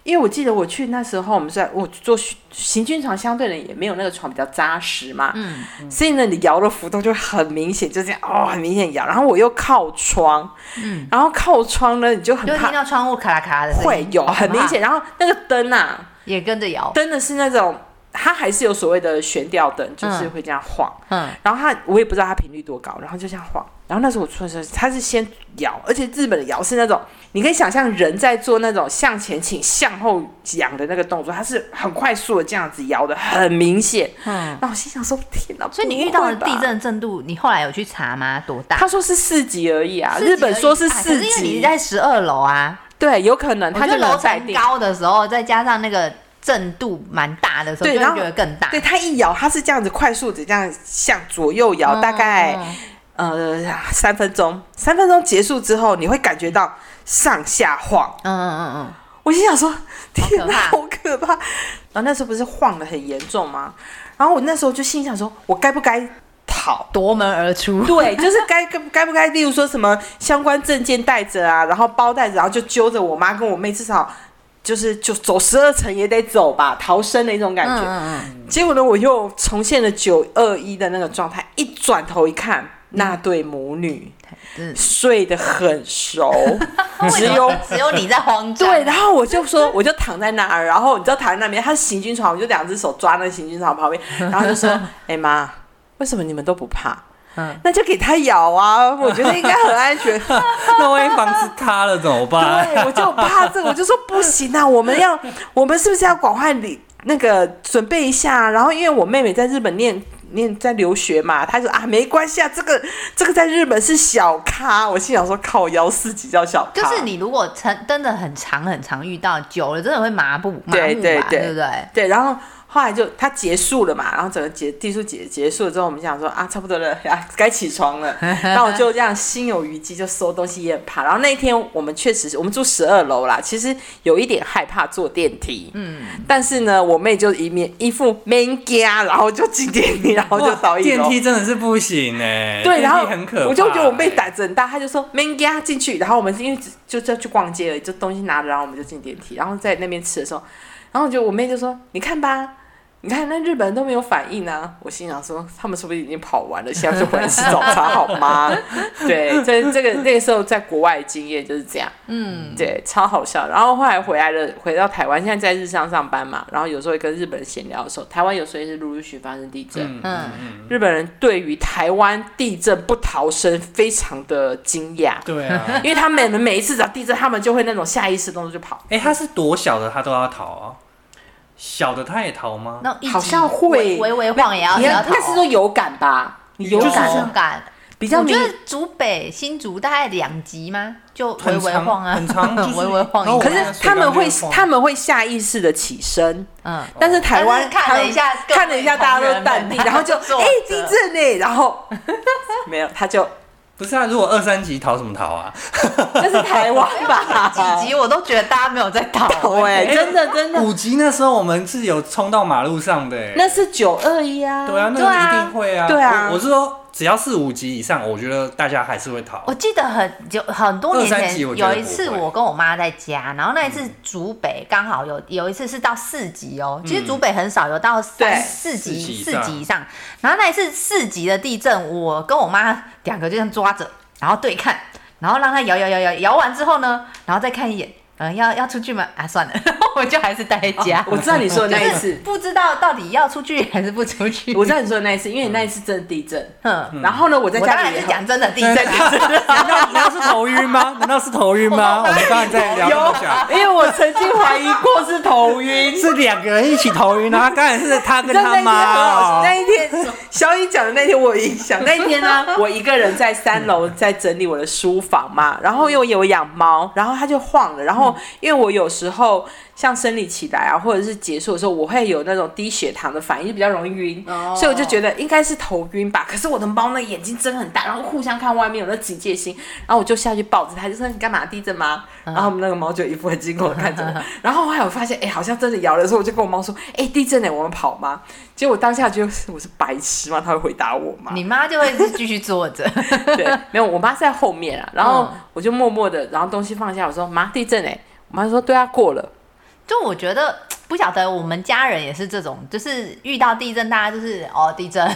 S3: 因为我记得我去那时候，我们是在我坐行军床，相对的也没有那个床比较扎实嘛，
S2: 嗯
S3: 所以呢，你摇的幅度就很明显，就这样哦，很明显摇。然后我又靠窗，
S2: 嗯
S3: 然后靠窗呢，你就很
S2: 就会
S3: 怕
S2: 听到窗户咔啦咔啦的声音，
S3: 会有
S2: 好可
S3: 很
S2: 怕
S3: 明显，然后那个灯啊，
S2: 也跟着摇，
S3: 灯的是那种它还是有所谓的悬吊灯，就是会这样晃。
S2: 嗯
S3: 然后它我也不知道它频率多高，然后就这样晃。然后那时候我出来的时候，它是先摇，而且日本的摇是那种你可以想象人在做那种向前倾、向后仰的那个动作，它是很快速的这样子摇的，很明显。
S2: 嗯。
S3: 那我心想说：天哪！
S2: 所以你
S3: 不
S2: 遇
S3: 会
S2: 到的
S3: 吧
S2: 地，震震度，你后来有去查吗？多大？
S3: 他说是四级而已啊，
S2: 四级
S3: 日本说是
S2: 而已
S3: 四
S2: 哎可是因为你
S3: 级，
S2: 在十二楼啊，
S3: 对，有可能
S2: 我
S3: 他
S2: 觉
S3: 就
S2: 得
S3: 没
S2: 楼
S3: 有在
S2: 层
S3: 定。
S2: 高的时候，再加上那个震度蛮大的时候，
S3: 对
S2: 就会
S3: 然后
S2: 觉得更大。
S3: 对，它一摇，它是这样子快速的这样向左右摇，大概
S2: 嗯
S3: 呃三分钟，三分钟结束之后，你会感觉到上下晃。
S2: 嗯嗯嗯
S3: 我心想说，天哪，
S2: 好
S3: 好可怕！然后那时候不是晃的很严重吗？然后我那时候就心想说，我该不该逃？
S2: 嗯，夺门而出。
S3: 对，就是该该该不该，例如说什么相关证件带着啊，然后包带着，然后就揪着我妈跟我妹，至少就是就走十二层也得走吧，逃生的一种感觉。
S2: 嗯
S3: 结果呢，我又重现了九二一的那个状态，一转头一看，那对母女
S2: 嗯
S3: 睡得很
S2: (laughs)
S3: 熟，
S2: 嗯，
S3: 只
S2: 为什
S3: 有
S2: 么只有你在慌张。
S3: 对，然后我就说，我就躺在那儿，然后你知道躺在那边，他是行军床，我就两只手抓那个行军床旁边，
S2: (laughs)
S3: 然后就说：“哎、妈，为什么你们都不怕？”
S2: 嗯
S3: 那就给他咬啊！我觉得应该很
S2: (laughs)
S3: 安全。 (laughs)
S1: 那万一房子塌了怎么办？
S3: 对，我就怕这个，我就说不行啊！我们要，我们是不是要广泛理那个准备一下。啊然后因为我妹妹在日本念念在留学嘛，她说啊没关系啊，这个这个在日本是小咖。我心想说靠腰四级叫小咖，
S2: 就是你如果成真的很长很长遇到久了，真的会麻木麻木吧，
S3: 对对对
S2: 对不对？
S3: 对，然后后来就它结束了嘛，然后整个结地数结结束了之后，我们想说啊，差不多了， (laughs) 啊，该起
S1: (laughs)
S3: 床了。然后我就这样心有余悸，就收东西也很怕。然后那一天我们确实是我们住十二楼啦，其实有一点害怕坐电梯。嗯，但是呢，我妹就一面一副 man 家，然后就进电梯，然后就
S1: 哇
S3: 倒一
S1: 电
S3: 楼。
S1: 梯真的是不行哎、
S3: 对，
S1: 电
S3: 然后
S1: 梯很可怕、哎
S3: 我就觉得我妹
S1: 打，
S3: 胆子很大，她就说 “man 家进去”，然后我们是因为只就就去逛街而已，就东西拿着，然后我们就进电梯，然后在那边吃的时候，然后就我妹就说：“你看吧，你看那日本人都没有反应啊。”我心想说：“他们是不是已经跑完了？现在就回来吃早餐好吗？”对，这这个那个时候在国外的经验就是这样，嗯，对，超好笑。然后后来回来了，回到台湾，现在在日商上班嘛，然后有时候会跟日本人闲聊的时候，台湾有时候也是陆陆续续发生地震，
S2: 嗯，
S3: 日本人对于台湾地震不逃生非常的惊讶，
S1: 对
S3: (laughs)
S1: 啊，
S3: 因为他们每一次只要地震，他们就会那种下意识动作就跑，
S1: 哎、他是多小的他都要逃啊，小的他也逃吗？
S2: 那种一
S3: 好
S2: 级
S3: 像会
S2: 微微晃也要
S3: 你
S2: 也要
S3: 要
S2: 逃，
S3: 那是说有感吧？你有
S2: 有
S1: 就是这
S2: 感
S1: 样
S2: 有
S3: 感，
S2: 感。
S3: 比较
S2: 我
S3: 明
S2: 觉得竹北新竹大概两级吗？就微
S1: 很
S2: 微
S1: 长
S2: 晃啊，
S1: 很长就是
S2: (laughs) 微微晃
S1: 然后我
S2: 一
S3: 可
S2: 下。
S3: 是他们会他们会下意识的起身，
S2: 嗯，
S3: 但是台湾
S2: 但是看了一下
S3: 台湾看了一下，
S2: 各位
S3: 大
S2: 同
S3: 家
S2: 仁
S3: 都淡定，
S2: 们
S3: 然后就
S2: 他们坐
S3: 哎
S2: 着
S3: 地震呢，然后没有他就
S1: 不是啊，如果二三级逃什么逃啊？
S3: 那是台湾吧？
S2: (laughs) 几级我都觉得大家没有在倒。
S1: (laughs)
S3: 对，真的真的，
S1: 五级那时候我们是有冲到马路上的、欸，
S3: 那是九二一啊，
S1: 对啊，那个一定会啊。
S3: 对啊
S1: 我我是说，只要是五级以上，我觉得大家还是会逃
S2: 我。记得很有很多年
S1: 二三
S2: 前
S1: 级我觉得
S2: 有
S1: 不
S2: 一次，
S1: 会嗯
S2: 我跟我妈在家，然后那一次竹北刚好有有一次是到四级哦，其实竹北很少有到
S3: 对
S2: 三四级
S1: 四级以
S2: 四
S1: 上
S2: 级以上，然后那一次四级的地震，我跟我妈两个就这样抓着，然后对看，然后让它摇摇摇摇摇完之后呢，然后再看一眼，嗯，要要出去吗？啊，算了， (laughs) 我就还是待在家。
S3: (laughs)
S1: 哦
S3: 我知道你说的那
S1: (laughs)
S3: 一
S2: 就是
S3: 次，
S2: 不知道到底要出去还是不出去。 (laughs) 嗯
S3: 我知道你说的那一次，因为你那一次真的地震。
S2: 哼，
S1: 嗯
S3: 然后呢，我在
S2: 我当
S3: 家
S2: 然
S3: 里也
S2: 是
S3: 很
S2: 讲真的地震啊。
S1: 难道难道是头晕吗？难道是头晕吗？
S2: 我
S1: 我
S2: 刚
S1: 们刚才在聊那么久，。
S3: 因为我曾经怀疑过是头晕
S1: 是两个人一起头晕啊！刚才是他 (laughs) 跟
S3: 但
S1: 他
S3: 那一天很好
S1: 妈
S3: 笑，那
S1: 哦。
S3: 一天小雨讲的那天我有印象。那一天呢，
S1: (laughs)
S3: 我一个人在三楼
S1: 嗯
S3: 在整理我的书房嘛，然后因为我有养猫，然后它就晃了。然后
S1: 嗯
S3: 因为我有时候像生理期来啊，或者是结束的时候，我会有那种低血糖的反应，就比较容易晕，
S2: 哦
S3: 所以我就觉得应该是头晕吧。可是我的猫那眼睛睁很大，然后互相看外面有那警戒心，然后我就下去抱着它，就说你干嘛地震吗？然后我们那个猫就一副很惊恐的看着我，然后后来我发现，哎、好像真的摇了，所以我就跟我猫说，哎、地震呢、我们跑吗？结果我当下觉得我是白痴吗？它会回答我吗？
S2: (laughs) 你妈就会一直继续坐着， (laughs)
S3: 对，没有，我妈是在后面啊，然后
S2: 嗯
S3: 我就默默的，然后东西放下，我说妈，地震哎、我妈说对啊，过了。
S2: 就我觉得不晓得我们家人也是这种，就是遇到地震，大家就是哦地震， (laughs)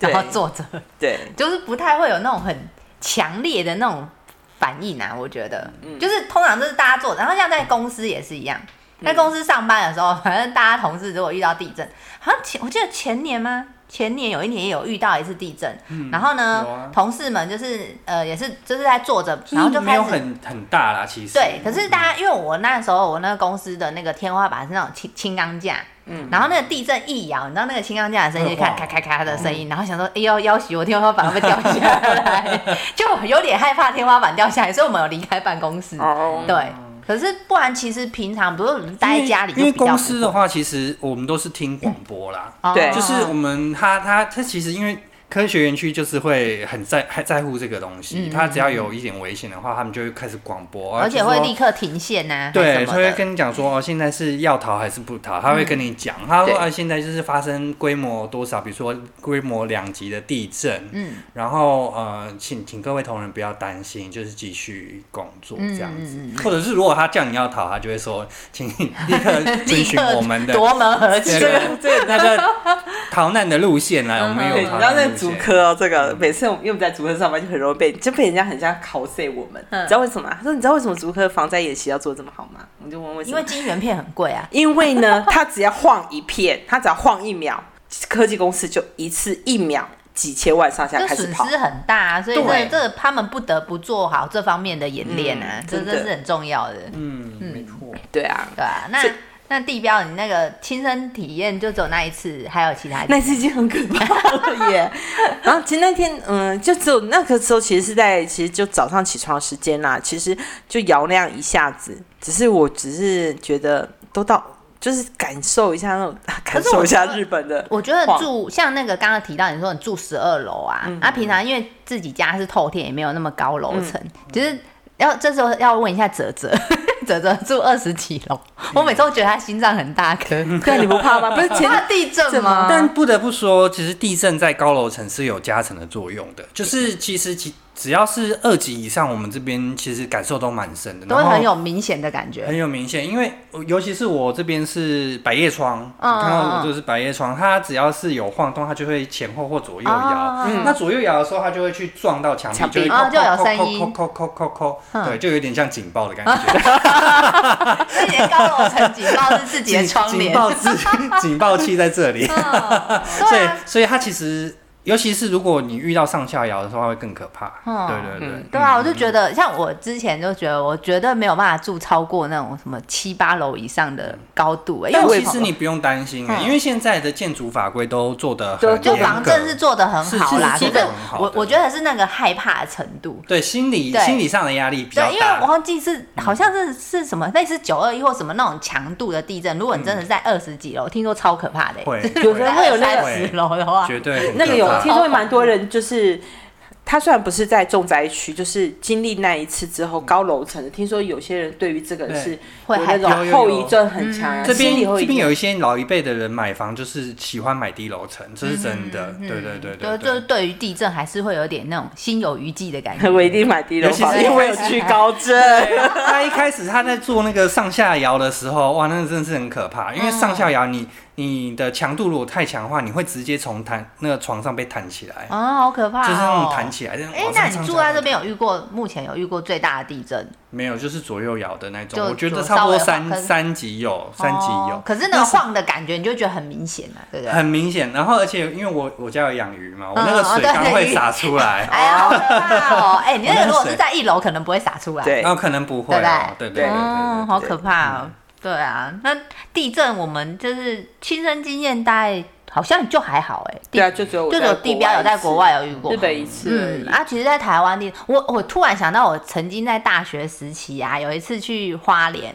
S3: 对
S2: 然后坐着，
S3: 对，
S2: 就是不太会有那种很强烈的那种反应啊。我觉得，就是通常就是大家坐着，然后像在公司也是一样，在公司上班的时候，反正大家同事如果遇到地震，好像前我记得前年吗？前年有一年也有遇到一次地震，然后呢，
S1: 有啊
S2: 同事们就是呃也是就是在坐着，然后
S1: 就是
S2: 就
S1: 没
S2: 开
S1: 有
S2: 始
S1: 很很大啦，其实。
S2: 对，可是大家因为我那时候我那个公司的那个天花板是那种轻轻钢架，嗯，然后那个地震一摇，你知道那个轻钢架的声音，就
S1: 会
S2: 看
S1: 晃
S2: 咔咔咔的声
S1: 嗯
S2: 音，然后想说，哎呦，要许我天花板会不会掉
S1: (laughs)
S2: 下来，就有点害怕天花板掉下来，所以我们有离开办公室。
S3: 哦，
S2: 对，可是不然其实平常，比如说你待在家里就
S1: 因为
S2: 比较
S1: 公
S2: 不
S1: 司的话，其实我们都是听广播啦。
S2: 哦
S3: 对
S1: 就是我们他他他其实因为科学园区就是会很在很在乎这个东
S2: 嗯
S1: 西，他只要有一点危险的话，他们就会开始广播，啊
S2: 而且会立
S1: 刻。
S2: 刻停线呐、啊，还
S1: 对，
S2: 是什
S1: 他
S2: 么
S1: 会
S2: 的嗯
S1: 跟你讲说哦，现在是要逃还是不逃？他会跟你讲，他说
S3: 对
S1: 啊，现在就是发生规模多少，比如说规模两级的地震，
S2: 嗯，
S1: 然后呃，请请各位同仁不要担心，就是继续工作这样子，
S2: 嗯
S1: 或者是如果他叫你要逃，他就会说，请你立
S2: (laughs)
S1: 刻遵
S2: 立
S1: 循
S2: 刻
S1: 我们的
S2: (laughs) 夺门而
S1: 这
S2: 去。
S1: 个这个那 (laughs) 个逃难的路线呢，我们有
S3: 对，你
S1: 逃
S3: 知道
S1: 难的
S3: 那个
S1: 路
S3: 竹
S1: 线。
S3: 科哦，这个每次我们因为我们在竹科上班，就很容易被就被人家很像 cos 我们，
S2: 嗯
S3: 你知道为什么吗？他说你知道为什么竹科防灾演习要做这么好吗？我就问为什
S2: 因
S3: 么
S2: 为？金元片很贵啊，
S3: 因为呢，他只要晃一片，他只要晃一秒，科技公司就一次一秒几千万上下
S2: 这
S3: 开始
S2: 损
S3: 跑。
S2: 失很大啊，所以这
S3: 对
S2: 这他们不得不做好这方面的演练啊，
S3: 嗯
S2: 这
S3: 真的
S2: 这是很重要的，
S1: 嗯，没错。
S3: 对啊，
S2: 对啊，那
S3: 这
S2: 那地标你那个亲身体验就只有那一次，还有其他地
S3: 那次已经很可怕了耶。然后其实那天，嗯，就只有那个时候，其实是在其实就早上起床的时间啦，其实就摇那样一下子，只是我只是觉得都到，就是感受一下那种， (laughs) 感
S2: 是我
S3: 受一下
S2: 觉得
S3: 日本的。
S2: (laughs) 我觉得
S3: 晃嗯
S2: 住像那个刚刚提到，你说你住十二楼啊，啊，平常因为自己家是透天，也没有那么高楼层，
S3: 嗯
S2: 其实要这时候要问一下哲 (laughs) 哲，哲哲住二十几楼，
S3: 嗯
S2: 我每次都觉得他心脏很
S3: (laughs)
S2: 大颗，
S3: 对，你不怕吗？不是前
S2: 怕地震
S3: 震
S2: 吗
S3: 吗？
S1: 但不得不说，其实地震在高楼层是有加成的作用的，就是其实其只要是二级以上，我们这边其实感受都蛮深的，
S2: 都
S1: 然
S2: 会
S1: 后
S2: 很有明显的感觉。
S1: 很有明显，因为尤其是我这边是百叶窗，
S2: 嗯
S1: 你看
S2: 嗯
S1: 到
S2: 嗯
S1: 我就是百叶窗，它只要是有晃动，它就会前后或左右摇。
S2: 啊
S3: 嗯
S1: 那左右摇的时候，它就会去撞到墙壁，
S3: 墙壁
S1: 会
S2: 啊
S1: 扣
S2: 就有
S1: 扣
S2: 声
S1: 扣
S2: 音
S1: 扣扣扣扣扣
S2: 嗯
S1: 扣，对，就有点像警报的感觉，
S2: 所以你的高楼层警报 (laughs) 是自己的窗
S1: 警
S2: 帘，啊
S1: 报自警报器 (laughs) 在这
S2: (laughs)
S1: 里。所
S2: 对
S1: 以
S2: 啊，
S1: 所以它其实，尤其是如果你遇到上下摇的时候，它会更可怕。
S2: 嗯
S1: 对对对，
S2: 对啊，我就觉得像我之前就觉得，我绝对没有办法住超过那种什么七八楼以上的高度、欸，因为
S1: 但
S2: 我也
S1: 其实你不用担心、欸
S2: 嗯
S1: 因为现在的建筑法规都做得
S3: 对
S1: 很
S2: 就
S1: 严格
S2: 防震是做的很好啦，
S1: 是
S2: 可
S1: 是做
S2: 是
S1: 得很好
S2: 我
S1: 对
S2: 我觉得是那个害怕的程度。
S1: 对心理
S2: 对
S1: 心理上的压力比较
S2: 对，因为我
S1: 大。
S2: 忘记是好像是是什么类似九二一或什么那种强度的地震，如果你真的在二十几楼，听说超可怕的、欸。
S1: 会
S2: (laughs)
S3: 有人会有那个
S2: 十楼的话，
S1: 绝对很
S3: 那个有
S1: 可怕
S3: 听说蛮多人就是。他虽然不是在重灾区，就是经历那一次之后，高楼层的，听说有些人对于这个
S1: 对
S3: 是
S2: 会
S3: 有
S2: 害
S3: 那
S2: 怕
S1: 有有
S3: 种
S1: 有
S3: 后遗症很强啊，
S1: 这
S3: 心
S1: 边
S3: 理后
S1: 这
S3: 遗
S1: 边
S3: 症
S1: 有一些老一辈的人买房就是喜欢买低楼层，这是真的。
S2: 嗯
S1: 对对对
S2: 就
S1: 对
S2: 就是
S1: 对。
S2: 对于地震还是会有点那种心有余悸的感
S3: (laughs)
S2: 觉。
S3: 我一定买低楼
S1: 尤其是
S3: 房，因为我有惧高症。
S1: 他一开始他在做那个上下摇的时候，哇，那个真的是很可怕，因
S2: 嗯
S1: 为上下摇你你的强度如果太强的话，你会直接从弹那个床上被弹起来，
S2: 啊，好可怕、哦！
S1: 就是那种弹起来。
S2: 哎、
S1: 哎
S2: 那你住在这边有遇过目前有遇过最大的地震？
S1: 没有，就是左右摇的那种
S2: 就，
S1: 我觉得
S2: 左
S1: 差不多
S2: 稍微晃可
S1: 三
S2: 是
S1: 三级有，三级有
S2: 哦，可是那个晃的感觉，你就觉得很明显啊，对不对？
S1: 很明显。然后而且因为我我家有养鱼嘛，我那
S2: 嗯
S1: 个
S2: 哦
S1: 水
S2: 对
S1: 缸会洒出来，
S2: 哎呀，好可
S1: (laughs)
S2: 怕哦！哎、你那个如果
S1: 我那个水
S2: 是在一楼，可能不会洒出来。
S3: 对
S1: 然后可能不会哦，对对对对
S2: 哦，好
S1: 对
S2: 可怕哦。对啊，那地震我们就是亲身经验，大概好像就还好哎、地
S3: (laughs) 对啊，就只有我
S2: 就
S3: 在
S2: 有
S3: 国
S2: 地标有在
S3: 一次
S2: 国外有遇过
S3: 日。本一次而已。
S2: 嗯啊，其实，在台湾地，我我突然想到，我曾经在大学时期啊，有一次去花莲，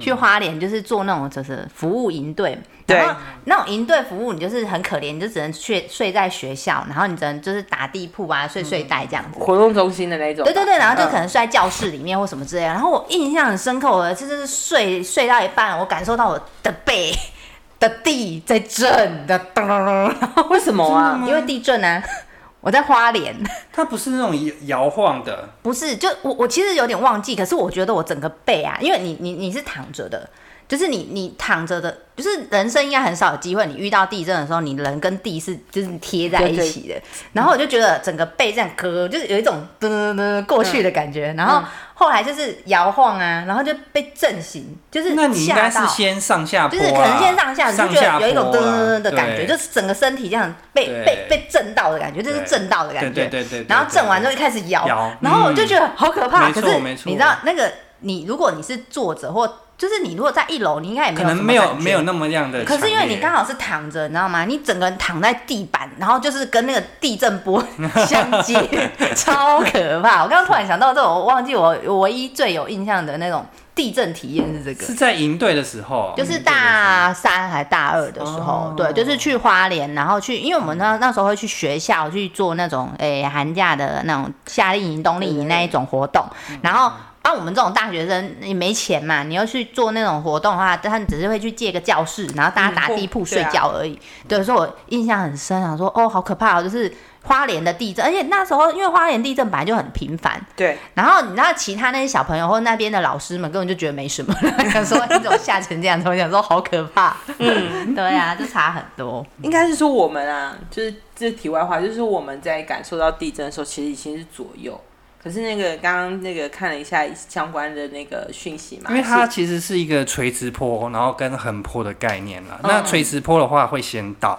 S2: 去花莲就是做那种就是服务营队，
S3: 嗯对
S2: 然后那种营队服务，你就是很可怜，你就只能睡睡在学校，然后你只能就是打地铺啊，睡睡袋这样子。
S3: 活动中心的那种吧。
S2: 对对对，然后就
S3: 嗯
S2: 可能睡在教室里面或什么之类的。然后我印象很深刻，我就是睡睡到一半，我感受到我的背 (laughs) 的地在震的咚咚咚，然后
S3: 为什么啊？
S2: 因为地震啊，我在花莲。
S1: 它不是那种摇摇晃的，
S2: 不是，就我我其实有点忘记，可是我觉得我整个背啊，因为你你你是躺着的，就是你你躺着的，就是人生应该很少有机会，你遇到地震的时候，你人跟地是就是贴在一起的。然后我就觉得整个背这样咯，就是有一种噔噔噔过去的感觉。
S1: 嗯
S2: 然后后来就是摇晃啊，然后就被震醒，就是
S1: 那你应该
S2: 吓
S1: 是
S2: 到。
S1: 先上下
S2: 就
S1: 坡啊，
S2: 是可能先上下，你就
S1: 上
S2: 觉
S1: 下
S2: 得有一种噔
S1: 坡
S2: 噔
S1: 啊
S2: 噔的感觉，
S1: 对
S2: 就是整个身体这样被
S1: 对
S2: 被被震到的感觉，就是
S1: 对
S2: 震到的感觉。
S1: 对对对对对
S2: 然后震完之后就开始摇，
S1: 摇嗯
S2: 然后我就觉得好可怕。
S1: 没
S2: 可
S1: 错
S2: 是
S1: 没错
S2: 你知道那个你如果你是坐着或就是你如果在一楼，你应该也
S1: 可
S2: 有
S1: 能
S2: 什
S1: 没
S2: 么
S1: 有
S2: 感觉
S1: 没有。那么样的强
S2: 可
S1: 烈。
S2: 是因为你刚好是躺着，你知道吗？你整个人躺在地板，然后就是跟那个地震
S1: (laughs)
S2: 波相接， (laughs) 超可怕。我刚刚突然想到这种，我忘记我我唯一最有印象的那种地震体验是这个
S1: 是。在营队的时候，
S2: 就是大三还大二的时候
S1: 哦，
S2: 对，就是去花莲，然后去，因为我们那那时候会去学校去做那种诶、寒假的那种夏令营、冬令营那一种活动，然后。啊，我们这种大学生也没钱嘛，你要去做那种活动的话，他们只是会去借个教室，然后大家打地铺
S3: 嗯
S2: 睡觉而已。对，所以我印象很深，想说哦，好可怕哦，就是花莲的地震，而且那时候因为花莲地震本来就很频繁，
S3: 对，
S2: 然后你知道其他那些小朋友或那边的老师们根本就觉得没什么， (laughs) 想说你怎么吓成这样子？我想说好可怕。嗯，对啊，就差很多。
S3: 应该是说我们啊，就是这题外话，就是我们在感受到地震的时候，其实已经是左右。可是那个刚刚那个看了一下相关的那个讯息嘛，
S1: 因为它
S3: 是
S1: 其实是一个垂直坡，然后跟横坡的概念
S2: 嗯哦嗯
S1: 啦。那垂直坡的话会先到，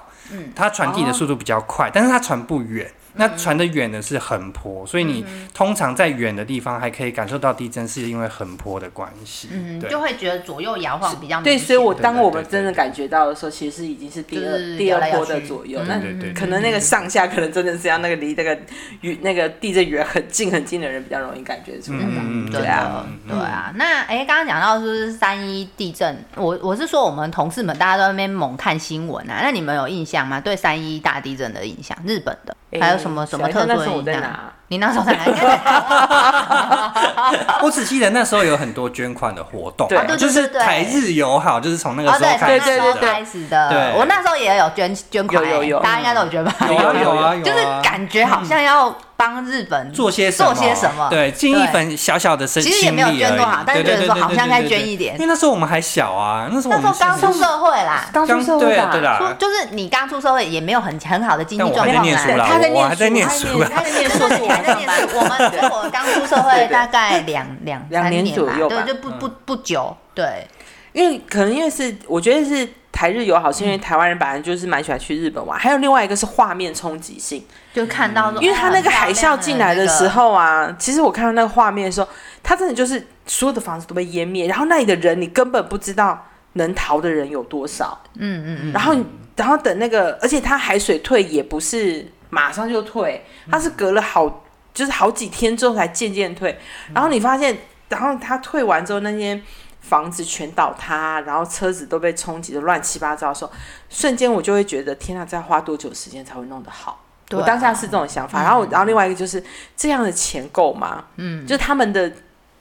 S1: 它传递的速度比较快，但是它传不远。那传的远的是很坡，所以你通常在远的地方还可以感受到地震，是因为很坡的关系。
S2: 嗯，
S1: 对
S2: 就会觉得左右摇晃比较明
S3: 对，所以我
S1: 对
S3: 当
S1: 对
S3: 我
S1: 对
S3: 们
S1: 对
S3: 真的
S1: 对
S3: 感觉到的时候，其实已经是第
S2: 就
S3: 二
S2: 是
S3: 第
S2: 摇
S3: 二
S2: 来摇
S3: 波的
S2: 去
S3: 左右，
S2: 嗯
S3: 那
S1: 对对对
S3: 可能那个上下可能真的是要那个离那个与那个地震源很近很近的人比较容易感觉出来吧。
S1: 嗯嗯嗯
S2: 对
S3: 对
S2: 啊
S3: 啊，
S2: 对啊。那哎，刚刚讲到就是三一地震，我我是说我们同事们大家都在那边猛看新闻啊，那你们有印象吗？对三一大地震的印象，日本的，
S3: 哎
S2: 还有什么什么
S3: 小
S2: 特
S3: 姨那
S2: 殊
S3: 那时
S2: 的
S3: 候我在
S2: 印
S3: 哪
S2: 象？
S3: 啊？
S2: 你那时候在哪？应该在台湾
S1: (laughs) 我只记得那时候有很多捐款的活动
S3: 对
S1: 啊，
S3: 啊
S2: 对对
S1: 就是
S2: 对对
S1: 台日友好，就是从那个
S2: 哦，
S1: 时候
S2: 对，
S1: 开
S2: 从
S1: 始
S2: 那时
S1: 的。
S2: 候开始的。
S1: 对
S2: 我那时候也有捐捐款欸，
S3: 有有有
S2: 大家应该都有捐吧？
S1: 有啊有啊有啊，
S2: 就是感觉好像要帮日本
S1: 做些什
S2: 做
S1: 么？
S2: 些什么，
S1: 对，尽一份小小的身，
S2: 其实也没有
S1: 心力
S2: 捐多
S1: 而已
S2: 少但是
S1: 对
S2: 觉得
S1: 对
S2: 说
S1: 对
S2: 好
S1: 对
S2: 像
S1: 对
S2: 该
S1: 对
S2: 捐
S1: 对
S2: 一点
S1: 因为那时候我们还小啊，那时候
S2: 那
S1: 我
S2: 时
S1: 们
S2: 候刚出社会啦，
S3: 刚出社会
S1: 对
S3: 的
S1: 啊
S3: 啊
S1: 对
S2: 出
S1: 啦，
S2: 就是你刚出社会也没有很很好的经济
S1: 但我
S2: 状
S1: 还在
S2: 况
S1: 念书
S2: 啦。
S1: 啦，
S3: 他在
S1: 我
S3: 念
S1: 还在
S3: 书
S1: 念
S3: 他在
S1: 书
S3: 念
S1: 啦，
S3: 他在念
S2: 就
S3: 硕
S2: 是
S3: 士，
S2: 你
S3: (laughs)
S2: 还在念书，我们对我刚出社会
S3: 对对
S2: 大概两两
S3: 两
S2: 三
S3: 年
S2: 年
S3: 左
S2: 吧
S3: 右
S2: 对，
S3: 吧
S2: 就不不不久，对，
S3: 因为可能因为是我觉得是台日友好，是因为台湾人本来就是蛮喜欢去日本玩，还有另外一个是画面冲击性，
S2: 就看到说哦
S3: 因为他那个海啸进来的时，候啊，其实我看到那个画面的时候，他真的就是所有的房子都被淹灭，然后那里的人你根本不知道能逃的人有多少，
S2: 很漂亮的那个嗯嗯嗯，
S3: 然后你然后等那个，而且他海水退也不是马上就退，
S2: 嗯
S3: 他是隔了好就是好几天之后才渐渐退，
S2: 嗯
S3: 然后你发现，然后他退完之后那些。房子全倒塌，然后车子都被冲击的乱七八糟的时候，瞬间我就会觉得天哪，这要花多久时间才会弄得好？
S2: 对啊
S3: 我当下是这种
S1: 嗯
S3: 想法，然后然后另外一个就是这样的钱够吗？嗯，就是他们的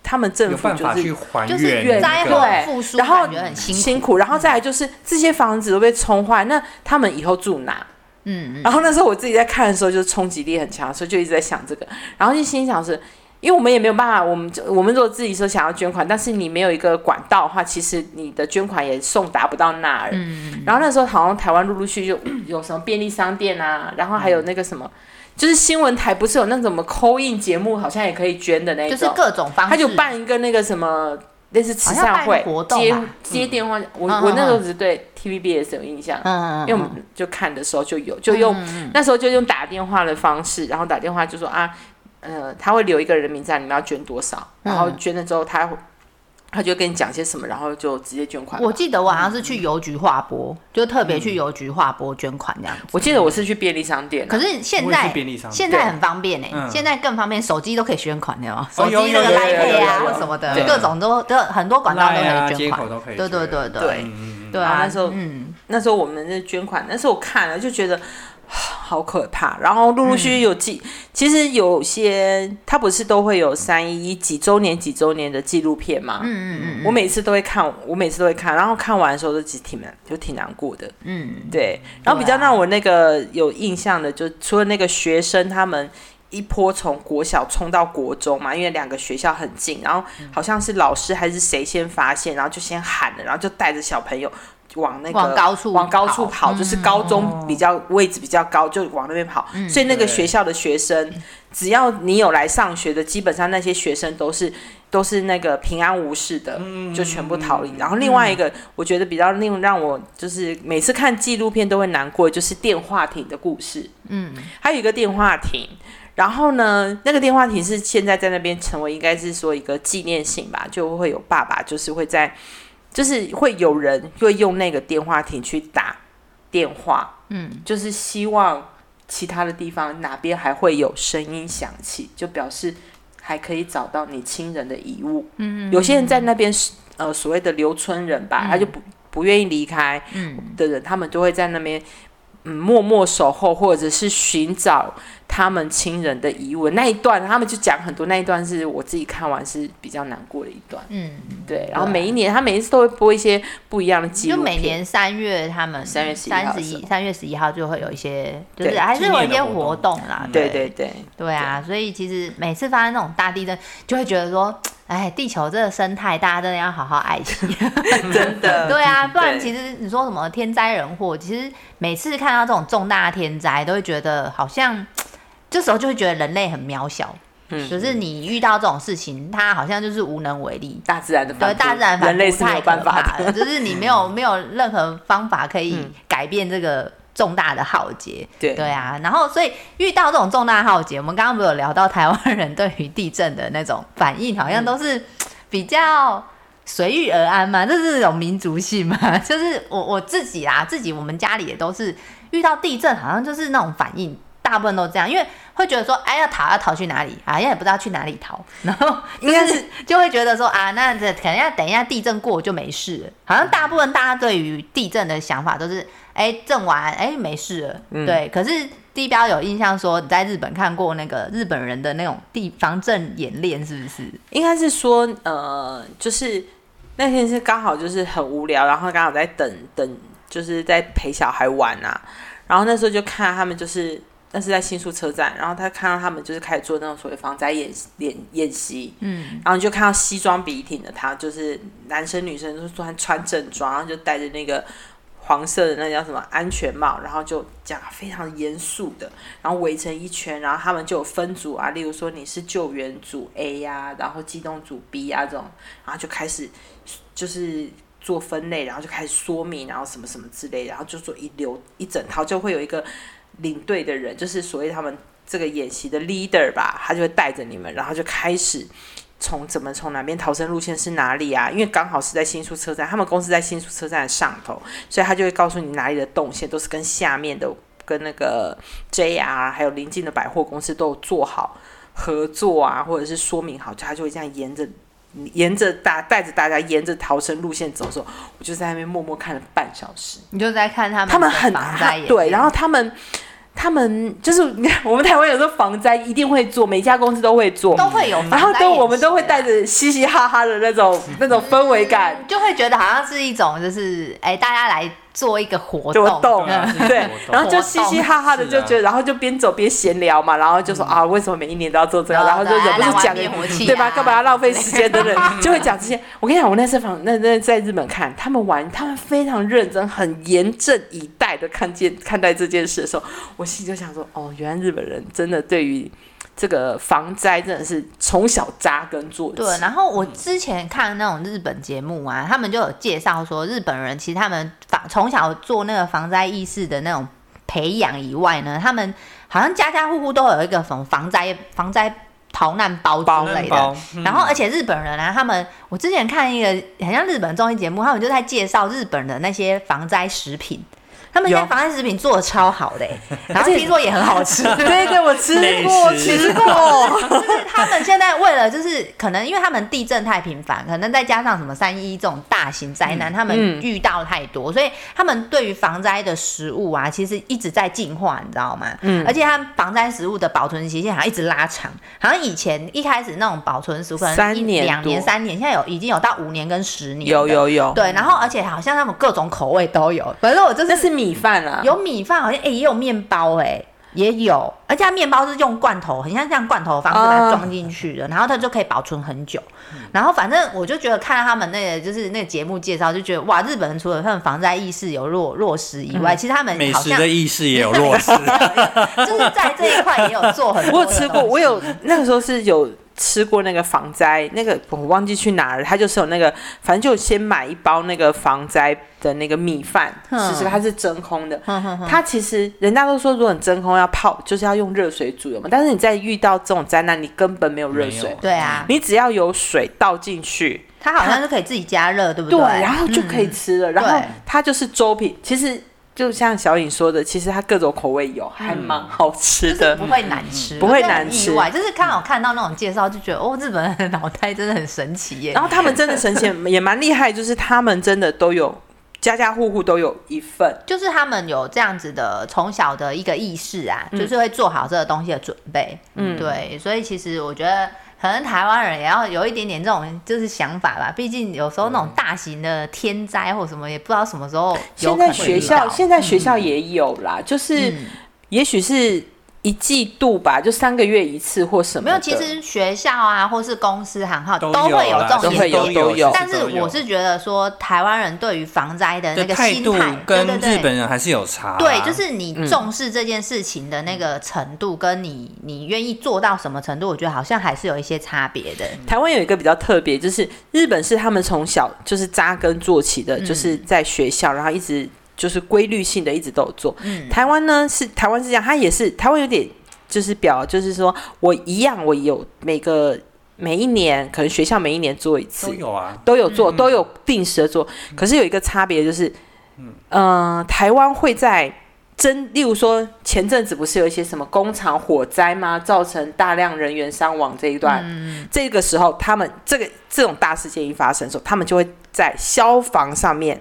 S3: 他们政
S1: 有
S3: 府
S1: 办
S3: 就
S1: 法去
S3: 是
S1: 还
S2: 就是
S1: 原
S2: 灾
S1: 那
S2: 后
S1: 个
S3: 对
S2: 复苏，
S3: 然后
S2: 感觉很辛
S3: 辛苦，然后再来就是这些房子都被冲坏，那他们以后住哪？
S2: 嗯嗯，
S3: 然后那时候我自己在看的时候，就是冲击力很强，所以就一直在想这个，然后就心想是。因为我们也没有办法，我们我们如果自己说想要捐款，但是你没有一个管道的话，其实你的捐款也送达不到那
S2: 嗯
S3: 儿。然后那时候好像台湾陆陆续续有有什么便利商店啊，然后
S2: 嗯
S3: 还有那个什么，就是新闻台不是有那种什么扣印节目，好像也可以捐的那种，
S2: 就是各种方式，
S3: 啊他就办一个那个什么类似慈善
S2: 好像办
S3: 会
S2: 一个活动
S3: 接
S2: 吧
S3: 接电话。
S2: 嗯
S3: 我我
S2: 嗯
S3: 那时候只对 TVBS 有印象，
S2: 嗯，嗯嗯，
S3: 因为我们就看的时候就有，就用那时候就用打电话的方式，然后打电话就说啊，呃，他会留一个人名在你们要捐多少，
S2: 嗯
S3: 然后捐了之后他会他就跟你讲些什么，然后就直接捐款。
S2: 我记得我好像是去邮局划拨，就特别去邮局划拨捐款这样子。
S3: 我记得我是去便利商店，
S2: 可是现
S1: 我也
S2: 在
S1: 去便利商店
S2: 现在很方便呢、欸
S1: 嗯
S2: 现在更方便，手机都可以捐款的哦，手
S1: 有
S2: 机那
S1: 有
S2: 个
S1: 有
S2: l i
S1: 有
S2: p
S1: 有
S2: a 啊
S1: 有有
S2: 或什么的，
S3: 对
S2: 各种都都很多管道都可
S1: Line 啊
S2: 以捐
S1: 街口
S2: 款，
S1: 都可以
S2: 对对对对
S3: 对
S1: 嗯嗯嗯
S2: 对
S3: 然
S2: 啊，
S3: 后那时候
S2: 嗯，
S3: 那时候我们的捐款，那时候我看了就觉得 (sighs) 好可怕。然后陆陆续续有记，其实有些它不是都会有三一几周年几周年的纪录片吗？嗯嗯嗯，我每次都会看，我每次都会看，然后看完的时候都其实挺难，就挺难过的。
S2: 嗯，
S3: 对，啊然后比较让我那个有印象的，就除了那个学生他们。一波从国小冲到国中嘛，因为两个学校很近，然后好像是老师还是谁先发现，然后就先喊了，然后就带着小朋友往那个
S2: 往高处
S3: 往高处
S2: 跑
S3: 跑，就是高中比较位置比较高，就往那边跑。所以那个
S1: 对
S3: 学校的学生，只要你有来上学的，基本上那些学生都是都是那个平安无事的，就全部逃离。然后另外一个，我觉得比较令让我就是每次看纪录片都会难过，就是电话亭的故事。嗯，还有一个电话亭。然后呢，那个电话亭是现在在那边成为应该是说一个纪念性吧，就会有爸爸就是会在，就是会有人会用那个电话亭去打电话，嗯，就是希望其他的地方哪边还会有声音响起，就表示还可以找到你亲人的遗物。嗯，有些人在那边是呃所谓的留村人吧，他就不不愿意离开，嗯的人，他们就会在那边。嗯，默默守候，或者是寻找他们亲人的遗物那一段，他们就讲很多。那一段是我自己看完是比较难过的一段。
S2: 嗯，
S3: 对，然后每一年他每一次都会播一些不一样的纪
S2: 就
S3: 录片，
S2: 每年三月他们
S3: 3月11
S2: 三
S3: 号
S2: 十
S3: 的时
S2: 一三月十一号就会有一些，就是
S3: 对
S2: 还是有一
S1: 纪念
S2: 些
S1: 的活嗯
S2: 活动啦，
S3: 对对对，
S2: 对啊，所以其实每次发生那种大地震，就会觉得说，哎，地球这个生态大家真的要好好爱惜。
S3: 真的，
S2: 对啊，不然
S3: 呃对
S2: 其实你说什么天灾人祸，其实每次看到这种重大天灾，都会觉得好像这时候就会觉得人类很渺小，
S3: 嗯
S2: 就是你遇到这种事情，它好像就是无能为力。
S3: 大自然的反
S2: 对，
S3: 扑
S2: 大自然反
S3: 人类
S2: 扑
S3: 是没
S2: 太 (laughs)
S3: 有
S2: 可
S3: 办法
S2: 怕了，就是你没有没有任何方法可以
S3: 嗯
S2: 改变这个重大的浩劫。
S3: 对
S2: 对啊，然后所以遇到这种重大浩劫，我们刚刚不是有聊到台湾人对于地震的那种反应，好像
S3: 嗯
S2: 都是比较。随遇而安嘛，这是一种民族性嘛。 (laughs) 就是我我自己啊，自己我们家里也都是遇到地震，好像就是那种反应，大部分都这样，因为会觉得说，哎，要逃要逃去哪里？哎呀，也不知道去哪里逃， (laughs) 然后
S3: 应该
S2: 就是就会觉得说啊，那这可能要等一下地震过就没事了。好像大部分大家对于地震的想法都是，哎，震完哎没事了，
S3: 嗯
S2: 对。可是地标有印象说你在日本看过那个日本人的那种地防震演练，是不是？
S3: 应该是说，呃，就是那天是刚好就是很无聊，然后刚好在等等，就是在陪小孩玩啊。然后那时候就看他们就是那是在新宿车站，然后他看到他们就是开始做那种所谓防灾演演演习，
S2: 嗯，
S3: 然后你就看到西装笔挺的他，就是男生女生都穿穿正装，然后就戴着那个黄色的那叫什么安全帽，然后就讲非常严肃的，然后围成一圈，然后他们就有分组啊，例如说你是救援组 A 呀、然后机动组 B 呀、这种，然后就开始就是做分类，然后就开始说明，然后什么什么之类，然后就做一流一整套，就会有一个领队的人，就是所谓他们这个演习的 leader 吧，他就会带着你们，然后就开始。从怎么从哪边逃生路线是哪里啊？因为刚好是在新宿车站，他们公司在新宿车站的上头，所以他就会告诉你哪里的动线都是跟下面的跟那个 JR 啊还有邻近的百货公司都有做好合作啊，或者是说明好，就他就会这样沿着沿着大带着大家沿着逃生路线走的时候，我就在那边默默看了半小时。
S2: 你就在看他们
S3: 他们
S2: 的
S3: 很
S2: 防灾演练，
S3: 对，然后他们他们就是 (laughs) 我们台湾有时候防灾一定会做，每一家公司都会做，
S2: 都会有防灾
S3: 然后都
S2: 演习
S3: 我们都会
S2: (laughs)
S3: 带着嘻嘻哈哈的那种那种氛围感。
S2: 嗯就会觉得好像是一种就是哎、大家来做一个活动，
S3: 活动
S1: 啊
S2: 嗯
S3: 对，
S1: 活动
S3: 然后就嘻嘻哈哈的，
S1: 是啊
S3: 就觉得，然后就边走边闲聊嘛，然后就说啊，为什么每一年都要做这个，
S2: 对啊
S3: 然后就忍不
S2: 来
S3: 住
S2: 玩
S3: 讲
S2: 灭火器啊
S3: 对吧？干嘛要浪费时间等等，就会讲这些。我跟你讲，我那次访那那在日本看他们玩，他们非常认真，很严阵以待的看见看待这件事的时候，我心里就想说，哦，原来日本人真的对于这个防灾真的是从小扎根做起。
S2: 对，然啊后我之前看那种日本节目啊，他们就有介绍说，日本人其实他们防从小做那个防灾意识的那种培养以外呢，他们好像家家户户都有一个什么防灾防灾逃难包之类的。
S1: 包，嗯
S2: 然后，而且日本人啊，他们我之前看一个很像日本综艺节目，他们就在介绍日本的那些防灾食品，他们现在
S3: 有
S2: 防灾食品做的超好的欸、然后听说也很好吃。
S3: 对对，我吃
S1: 美
S3: 过，
S1: 食
S3: 吃过。
S2: (laughs) 就是他们现在为了就是可能因为他们地震太频繁，可能再加上什么三一这种大型灾难，他们
S3: 嗯
S2: 遇到太多，所以他们对于防灾的食物啊，其实一直在进化，你知道吗？
S3: 嗯
S2: 而且他们防灾食物的保存期限好像一直拉长，好像以前一开始那种保存食物可能
S3: 三
S2: 一
S3: 年
S2: 两年、
S3: 多
S2: 三年，现在有已经有到五年跟十年，
S3: 有。有有，
S2: 对，然后而且好像他们各种口味都有，反正我就是
S3: 那是米饭啊，
S2: 有米饭，好像哎、欸也有面包哎、也有，而且它面包是用罐头，很像像罐头的方式把它
S3: 哦
S2: 装进去的，然后它就可以保存很久。然后反正我就觉得看到他们那个就是那个节目介绍，就觉得哇，日本人除了他们防灾意识有落落实以外，其实他们
S1: 美
S2: 好
S1: 食
S2: 像
S1: 的意识也有落实，
S2: 就是在这一块也有做很
S3: (laughs)
S2: 多
S3: 我有
S2: 的东西。
S3: 吃过，我有那个时候是有吃过那个防灾，那个我忘记去哪了，它就是有那个，反正就先买一包那个防灾的那个米饭，
S2: 嗯
S3: 其实它是真空的。
S2: 哼哼哼
S3: 它其实人家都说，如果你真空要泡，就是要用热水煮的嘛。但是你在遇到这种灾难，你根本没有热
S1: 没
S3: 水
S1: 有，
S2: (laughs) 对啊，
S3: 你只要有水倒进去，
S2: 它好像是可以自己加热，对不嗯
S3: 对，
S2: 对，
S3: 然后就可以吃了。然后
S2: 对
S3: 它就是粥品，其实就像小颖说的，其实它各种口味有，还蛮
S2: 嗯
S3: 好吃
S2: 就是
S3: 的。
S2: 不会难吃，
S3: 不会
S2: 我觉得很
S3: 难吃
S2: 意外就是刚好看到那种介绍，就觉得哦，日本人的脑袋真的很神奇耶。
S3: 然后他们真的神奇，也蛮厉害，就是他们真的都有家家户户都有一份。
S2: 就是他们有这样子的从小的一个意识啊，
S1: 嗯
S2: 就是会做好这个东西的准备。嗯，对，所以其实我觉得。可能台湾人也要有一点点这种就是想法吧，毕竟有时候那种大型的天灾或什么，也不知道什么时候有嗯
S3: 现
S2: 可能
S3: 在学
S2: 遇
S3: 校
S2: 到
S3: 现在学校也有啦，就是
S2: 嗯
S3: 也许是一季度吧，就三个月一次或什么
S2: 没
S3: 的。
S2: 有，其实学校啊或是公司行号都
S1: 有
S2: 会有
S1: 啦
S2: 这
S3: 都
S2: 种
S1: 其
S3: 会
S1: 实
S2: 严
S3: 有
S2: 重
S3: 都有
S2: 但是
S1: 都有
S2: 我是觉得说台湾人对于防灾的那
S1: 的
S2: 个
S1: 态
S2: 心
S1: 度
S2: 态，对
S1: 跟
S2: 对对
S1: 日本人还是有差啊，
S2: 对，就是你重视这件事情的那个程度，跟你你愿意做到什么程度，我觉得好像还是有一些差别的。
S3: 台湾有一个比较特别，
S2: 嗯
S3: 就是日本是他们从小就是扎根做起的，就是在学校，然后一直就是规律性的一直都有做。
S2: 嗯
S3: 台湾呢是台湾是这样，它也是台湾有点就是表，就是说我一样，我有每个每一年可能学校每一年做一次
S1: 都，有啊，
S3: 都有做，
S1: 嗯
S3: 都有定时的做。可是有一个差别就是，嗯、台湾会在真，例如说前阵子不是有一些什么工厂火灾吗？造成大量人员伤亡这一段，
S2: 嗯
S3: 这个时候他们这个这种大事件一发生的时候，他们就会在消防上面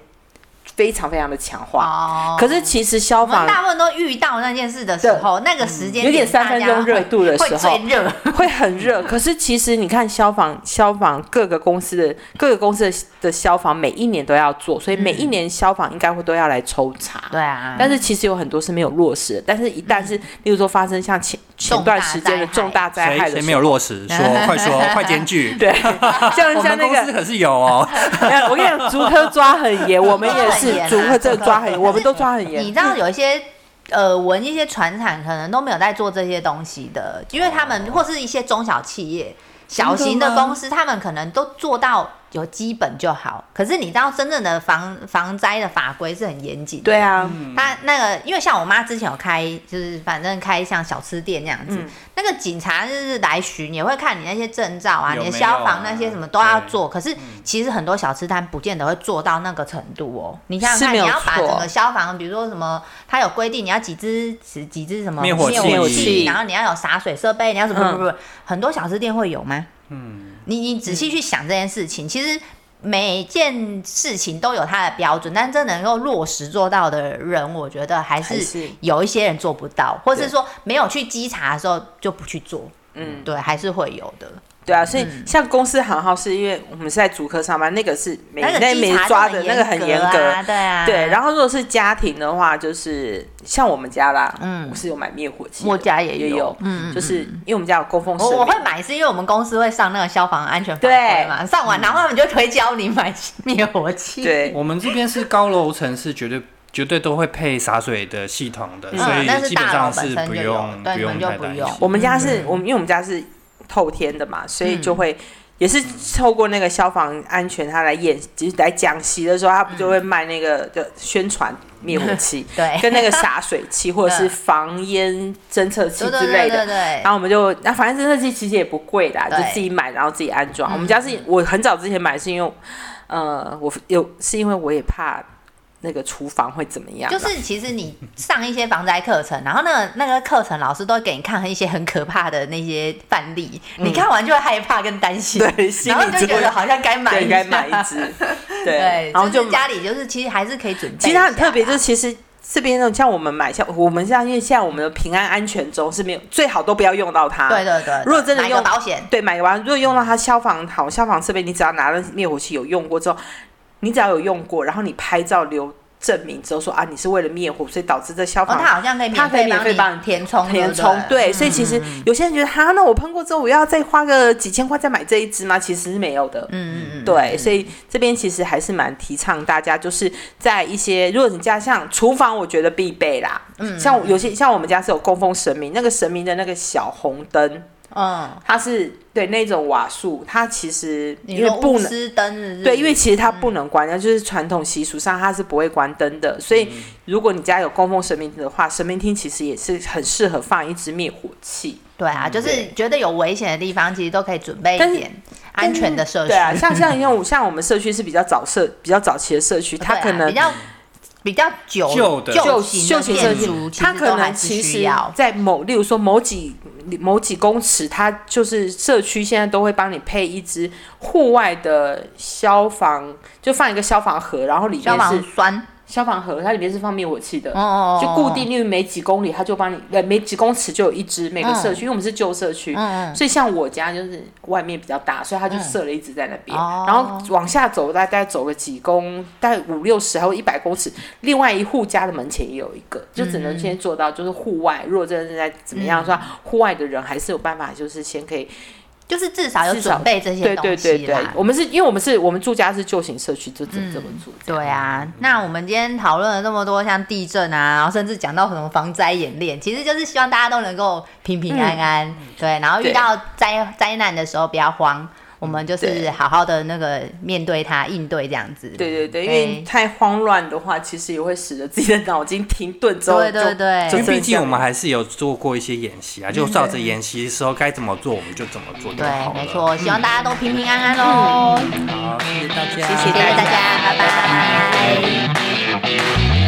S3: 非常非常的强化。
S2: 哦
S3: 可是其实消
S2: 我们
S3: 防
S2: 大部分都遇到那件事的时候，那个时间
S3: 有点三
S2: 大
S3: 分
S2: 家
S3: 钟热
S2: 会
S3: 度的时
S2: 会
S3: 候
S2: 最，
S3: (laughs)
S2: 热，
S3: 会很热。可是其实你看消防，消防各个公司的各个公司的的消防每一年都要做，所以每一年消防应该会都要来抽查。
S2: 对啊，
S3: 但是其实有很多是没有落实的，但是一旦是，例如说发生像前前段时间的嗯重
S2: 重大
S3: 大灾
S1: 谁
S3: 害的
S1: 谁
S3: 时
S1: 没
S3: 候，
S1: 有落
S3: (laughs)
S1: 实？说快说，快检举。
S3: 对，像
S1: 我
S3: (laughs)
S1: 们
S3: 像那
S1: 公司
S3: 个，
S1: 可是有
S3: (laughs)
S1: 哦，
S3: 呃我跟你讲，竹科抓很 (laughs) 严，我们也是
S2: 抓很严啊
S3: 竹科真的抓很严，我们都抓很
S2: 你
S3: 严。
S2: 知道有一些耳闻一些船厂可能都没有在做这些东西的，因为他
S3: 哦
S2: 们或是一些中小企业、小型的公司，他们可能都做到有基本就好。可是你知道，真正的防防灾的法规是很严谨的。
S3: 对啊，
S2: 他那个，因为像我妈之前有开，就是反正开像小吃店那样子，
S3: 嗯
S2: 那个警察就是来巡，也会看你那些证照啊，
S1: 有
S2: 你的
S1: 没
S2: 消
S1: 有
S2: 防
S1: 啊
S2: 那些什么都要
S1: 对
S2: 做。可是其实很多小吃摊不见得会做到那个程度哦。你想
S3: 是
S2: 想看，
S3: 没
S2: 你
S3: 有
S2: 要把
S3: 错
S2: 整个消防，比如说什么，它有规定你要几支几几支什么
S1: 灭火
S3: 器
S2: 器，然后你要有洒水设备，你要什么
S3: 嗯
S2: 什么什么，很多小吃店会有吗？
S1: 嗯，
S2: 你你仔细去想这件事情，其实每件事情都有它的标准，但真能够落实做到的人，我觉得还
S3: 还
S2: 是
S3: 是
S2: 有一些人做不到，或是
S3: 对
S2: 说没有去稽查的时候就不去做，
S3: 嗯，
S2: 对，还是会有的。
S3: 对啊，所以像公司行号是因为我们是在竹科上班，那个是每
S2: 那个
S3: 那
S2: 稽
S3: 每
S2: 查
S3: 抓
S2: 就
S3: 的那个很严
S2: 啊
S3: 格，
S2: 对啊，
S3: 对，然
S2: 后
S3: 后如果是家庭的话，就是像我们家啦，
S2: 嗯
S3: 嗯，我是有买灭火器的，
S2: 我家也
S3: 也
S2: 有嗯
S3: 嗯，
S2: 嗯哦
S3: 就是因为我们家有供奉神
S2: 我
S3: 明，
S2: 我会买，是因为我们公司会上那个消防安全法规
S3: 对嗯
S2: 嘛，上完然后他们就推教你买 (laughs) 灭火器，，
S3: 对
S1: 我们这边是高楼层，是绝对绝对都会配洒水的系统的，
S3: 嗯
S1: 所
S2: 嗯，但
S1: 以
S2: 是
S1: 基本
S2: 大
S1: 上
S2: 楼本身
S1: 不
S2: 就有
S1: 用，
S2: 对，
S1: 不
S2: 你们
S1: 用
S2: 就
S1: 太
S2: 不
S1: 担
S2: 用，
S1: 心。，
S3: 我们家是我们因为我们家是透天的嘛，所以就会。也是透过那个消防安全，他来演，就是来讲习的时候，他不就会卖那个的宣传灭火器
S2: 嗯 (laughs) 对
S3: 跟那个洒水器或者
S2: (laughs) 嗯
S3: 是防烟侦测器
S2: 对对
S3: 之
S2: 对
S3: 类的
S2: 对，对
S3: 然，后我们就，那、反正侦测器其实也不贵啦，就
S2: 对嗯
S3: 自己买，然后自己安装。我们家是我很早之前买，是因为，呃，我有是因为我也怕那个厨房会怎么
S2: (laughs)
S3: 样，
S2: 就是其实你上一些防灾课程，然后那个那个课程老师都会给你看一些很可怕的那些范例，你看完就会害怕跟担心，
S3: 嗯对，心
S2: 然后
S3: 里
S2: 就
S3: 就
S2: 觉
S3: 会
S2: 得好像该买
S3: 对
S2: 一
S3: 应该
S2: 下
S3: 买
S2: (laughs)
S3: 一只，对
S2: 对，，
S3: 然后
S2: 就
S3: 就是买
S2: 家里就是其实还是可以准备一下啦。啊
S3: 其实它很特别，就是其实这边那种像我们买像我们像因为现在我们的平安安全中是没有最好都不要用到它，
S2: 对对对，
S3: 如果真的
S2: 买个
S3: 用
S2: 保险，
S3: 对，买完如果用到它消防好消防设备，你只要拿了灭火器有用过之后，你只要有用过，然后你拍照留证明之后说啊，你是为了灭火，所以导致这消
S2: 哦，
S3: 防
S2: 它好像可以
S3: 它
S2: 免
S3: 可以免费
S2: 帮
S3: 帮
S2: 你
S3: 你
S2: 填充，
S3: 填
S2: 不
S3: 充。对，所以其实
S2: 嗯
S3: 有些人觉得哈，那我喷过之后我要再花个几千块再买这一支吗？其实是没有的。
S2: 嗯嗯嗯，
S3: 对，所以这边其实还是蛮提倡大家，就是在一些如果你家像厨房，我觉得必备啦。嗯，像有些像我们家是有供奉神明，那个神明的那个小红灯，
S2: 嗯，
S3: 它是对那种瓦数，它其实
S2: 你
S3: 因为
S2: 说嗯
S3: 不
S2: 钨
S3: 能
S2: 丝灯是不是
S3: 对，因为其实它不能关，那、就是传统习俗上它是不会关灯的。所以如果你家有供奉神明的话，神明厅其实也是很适合放一支灭火器。
S2: 对啊，就是觉得有危险的地方，其实都可以准备一
S3: 但是
S2: 点安全的设施。
S3: 对啊，像像像我像我们社区是比较早社比较早期的社区，它
S2: 对啊
S3: 可能
S2: 比较比较久
S1: 旧的
S2: 旧
S3: 旧
S2: 型的
S3: 型
S2: 建
S3: 呃设
S2: 筑，
S3: 它可能
S2: 其实都还是需
S3: 其实
S2: 要，
S3: 在某，例如说某几某几公尺，它就是社区现在都会帮你配一支户外的消防，就放一个消防盒，然后里
S2: 消
S3: 面
S2: 防
S3: 是
S2: 栓
S3: 消防盒，它里面是放灭火器的。
S2: 哦哦，哦
S3: 就固定，，因为每几公里它就帮你，呃，每几公尺就有一支，每个社区，因为我们是旧社区，
S2: 嗯嗯
S3: 所以像我家就是外面比较大，所以他就设了一直在那边，
S2: 嗯哦
S3: 然后往下走大概走个几公，大概五六十还有一百公尺，另外一户家的门前也有一个，就只能先做到就是户外。如果真的是在怎么
S2: 嗯
S3: 样说，户外的人还是有办法，就是先可以
S2: 就是至少有
S3: 至少
S2: 准备这些
S3: 对对
S2: 东
S3: 对
S2: 西
S3: 对
S2: 啦。。
S3: 我们是因为我们是我们住家是旧型社区，就只能这么做。
S2: 对啊，那我们今天讨论了那么多，像地震啊，然后甚至讲到什么防灾演练，其实就是希望大家都能够平平安安，对，然后遇
S3: 嗯对
S2: 到灾灾难的时候不要慌，我们就是
S3: 对
S2: 好好的那个面对它，应对这样子。
S3: 对对对，因
S2: 对
S3: 为太慌乱的话，其实也会使得自己的脑筋停顿之后
S2: 对
S3: 就，
S2: 对对嗯
S1: 因
S3: 就
S1: 为毕竟我们
S3: 还
S1: 还是有做过一些演习啊，就照着演习的时候该怎么做我们就怎么做就
S2: 对
S1: 好，了。
S2: 没错，希望大家都平平安安
S3: 嗯
S2: 喽，
S1: 好，谢谢大家，
S3: 谢
S2: 谢谢大家，拜拜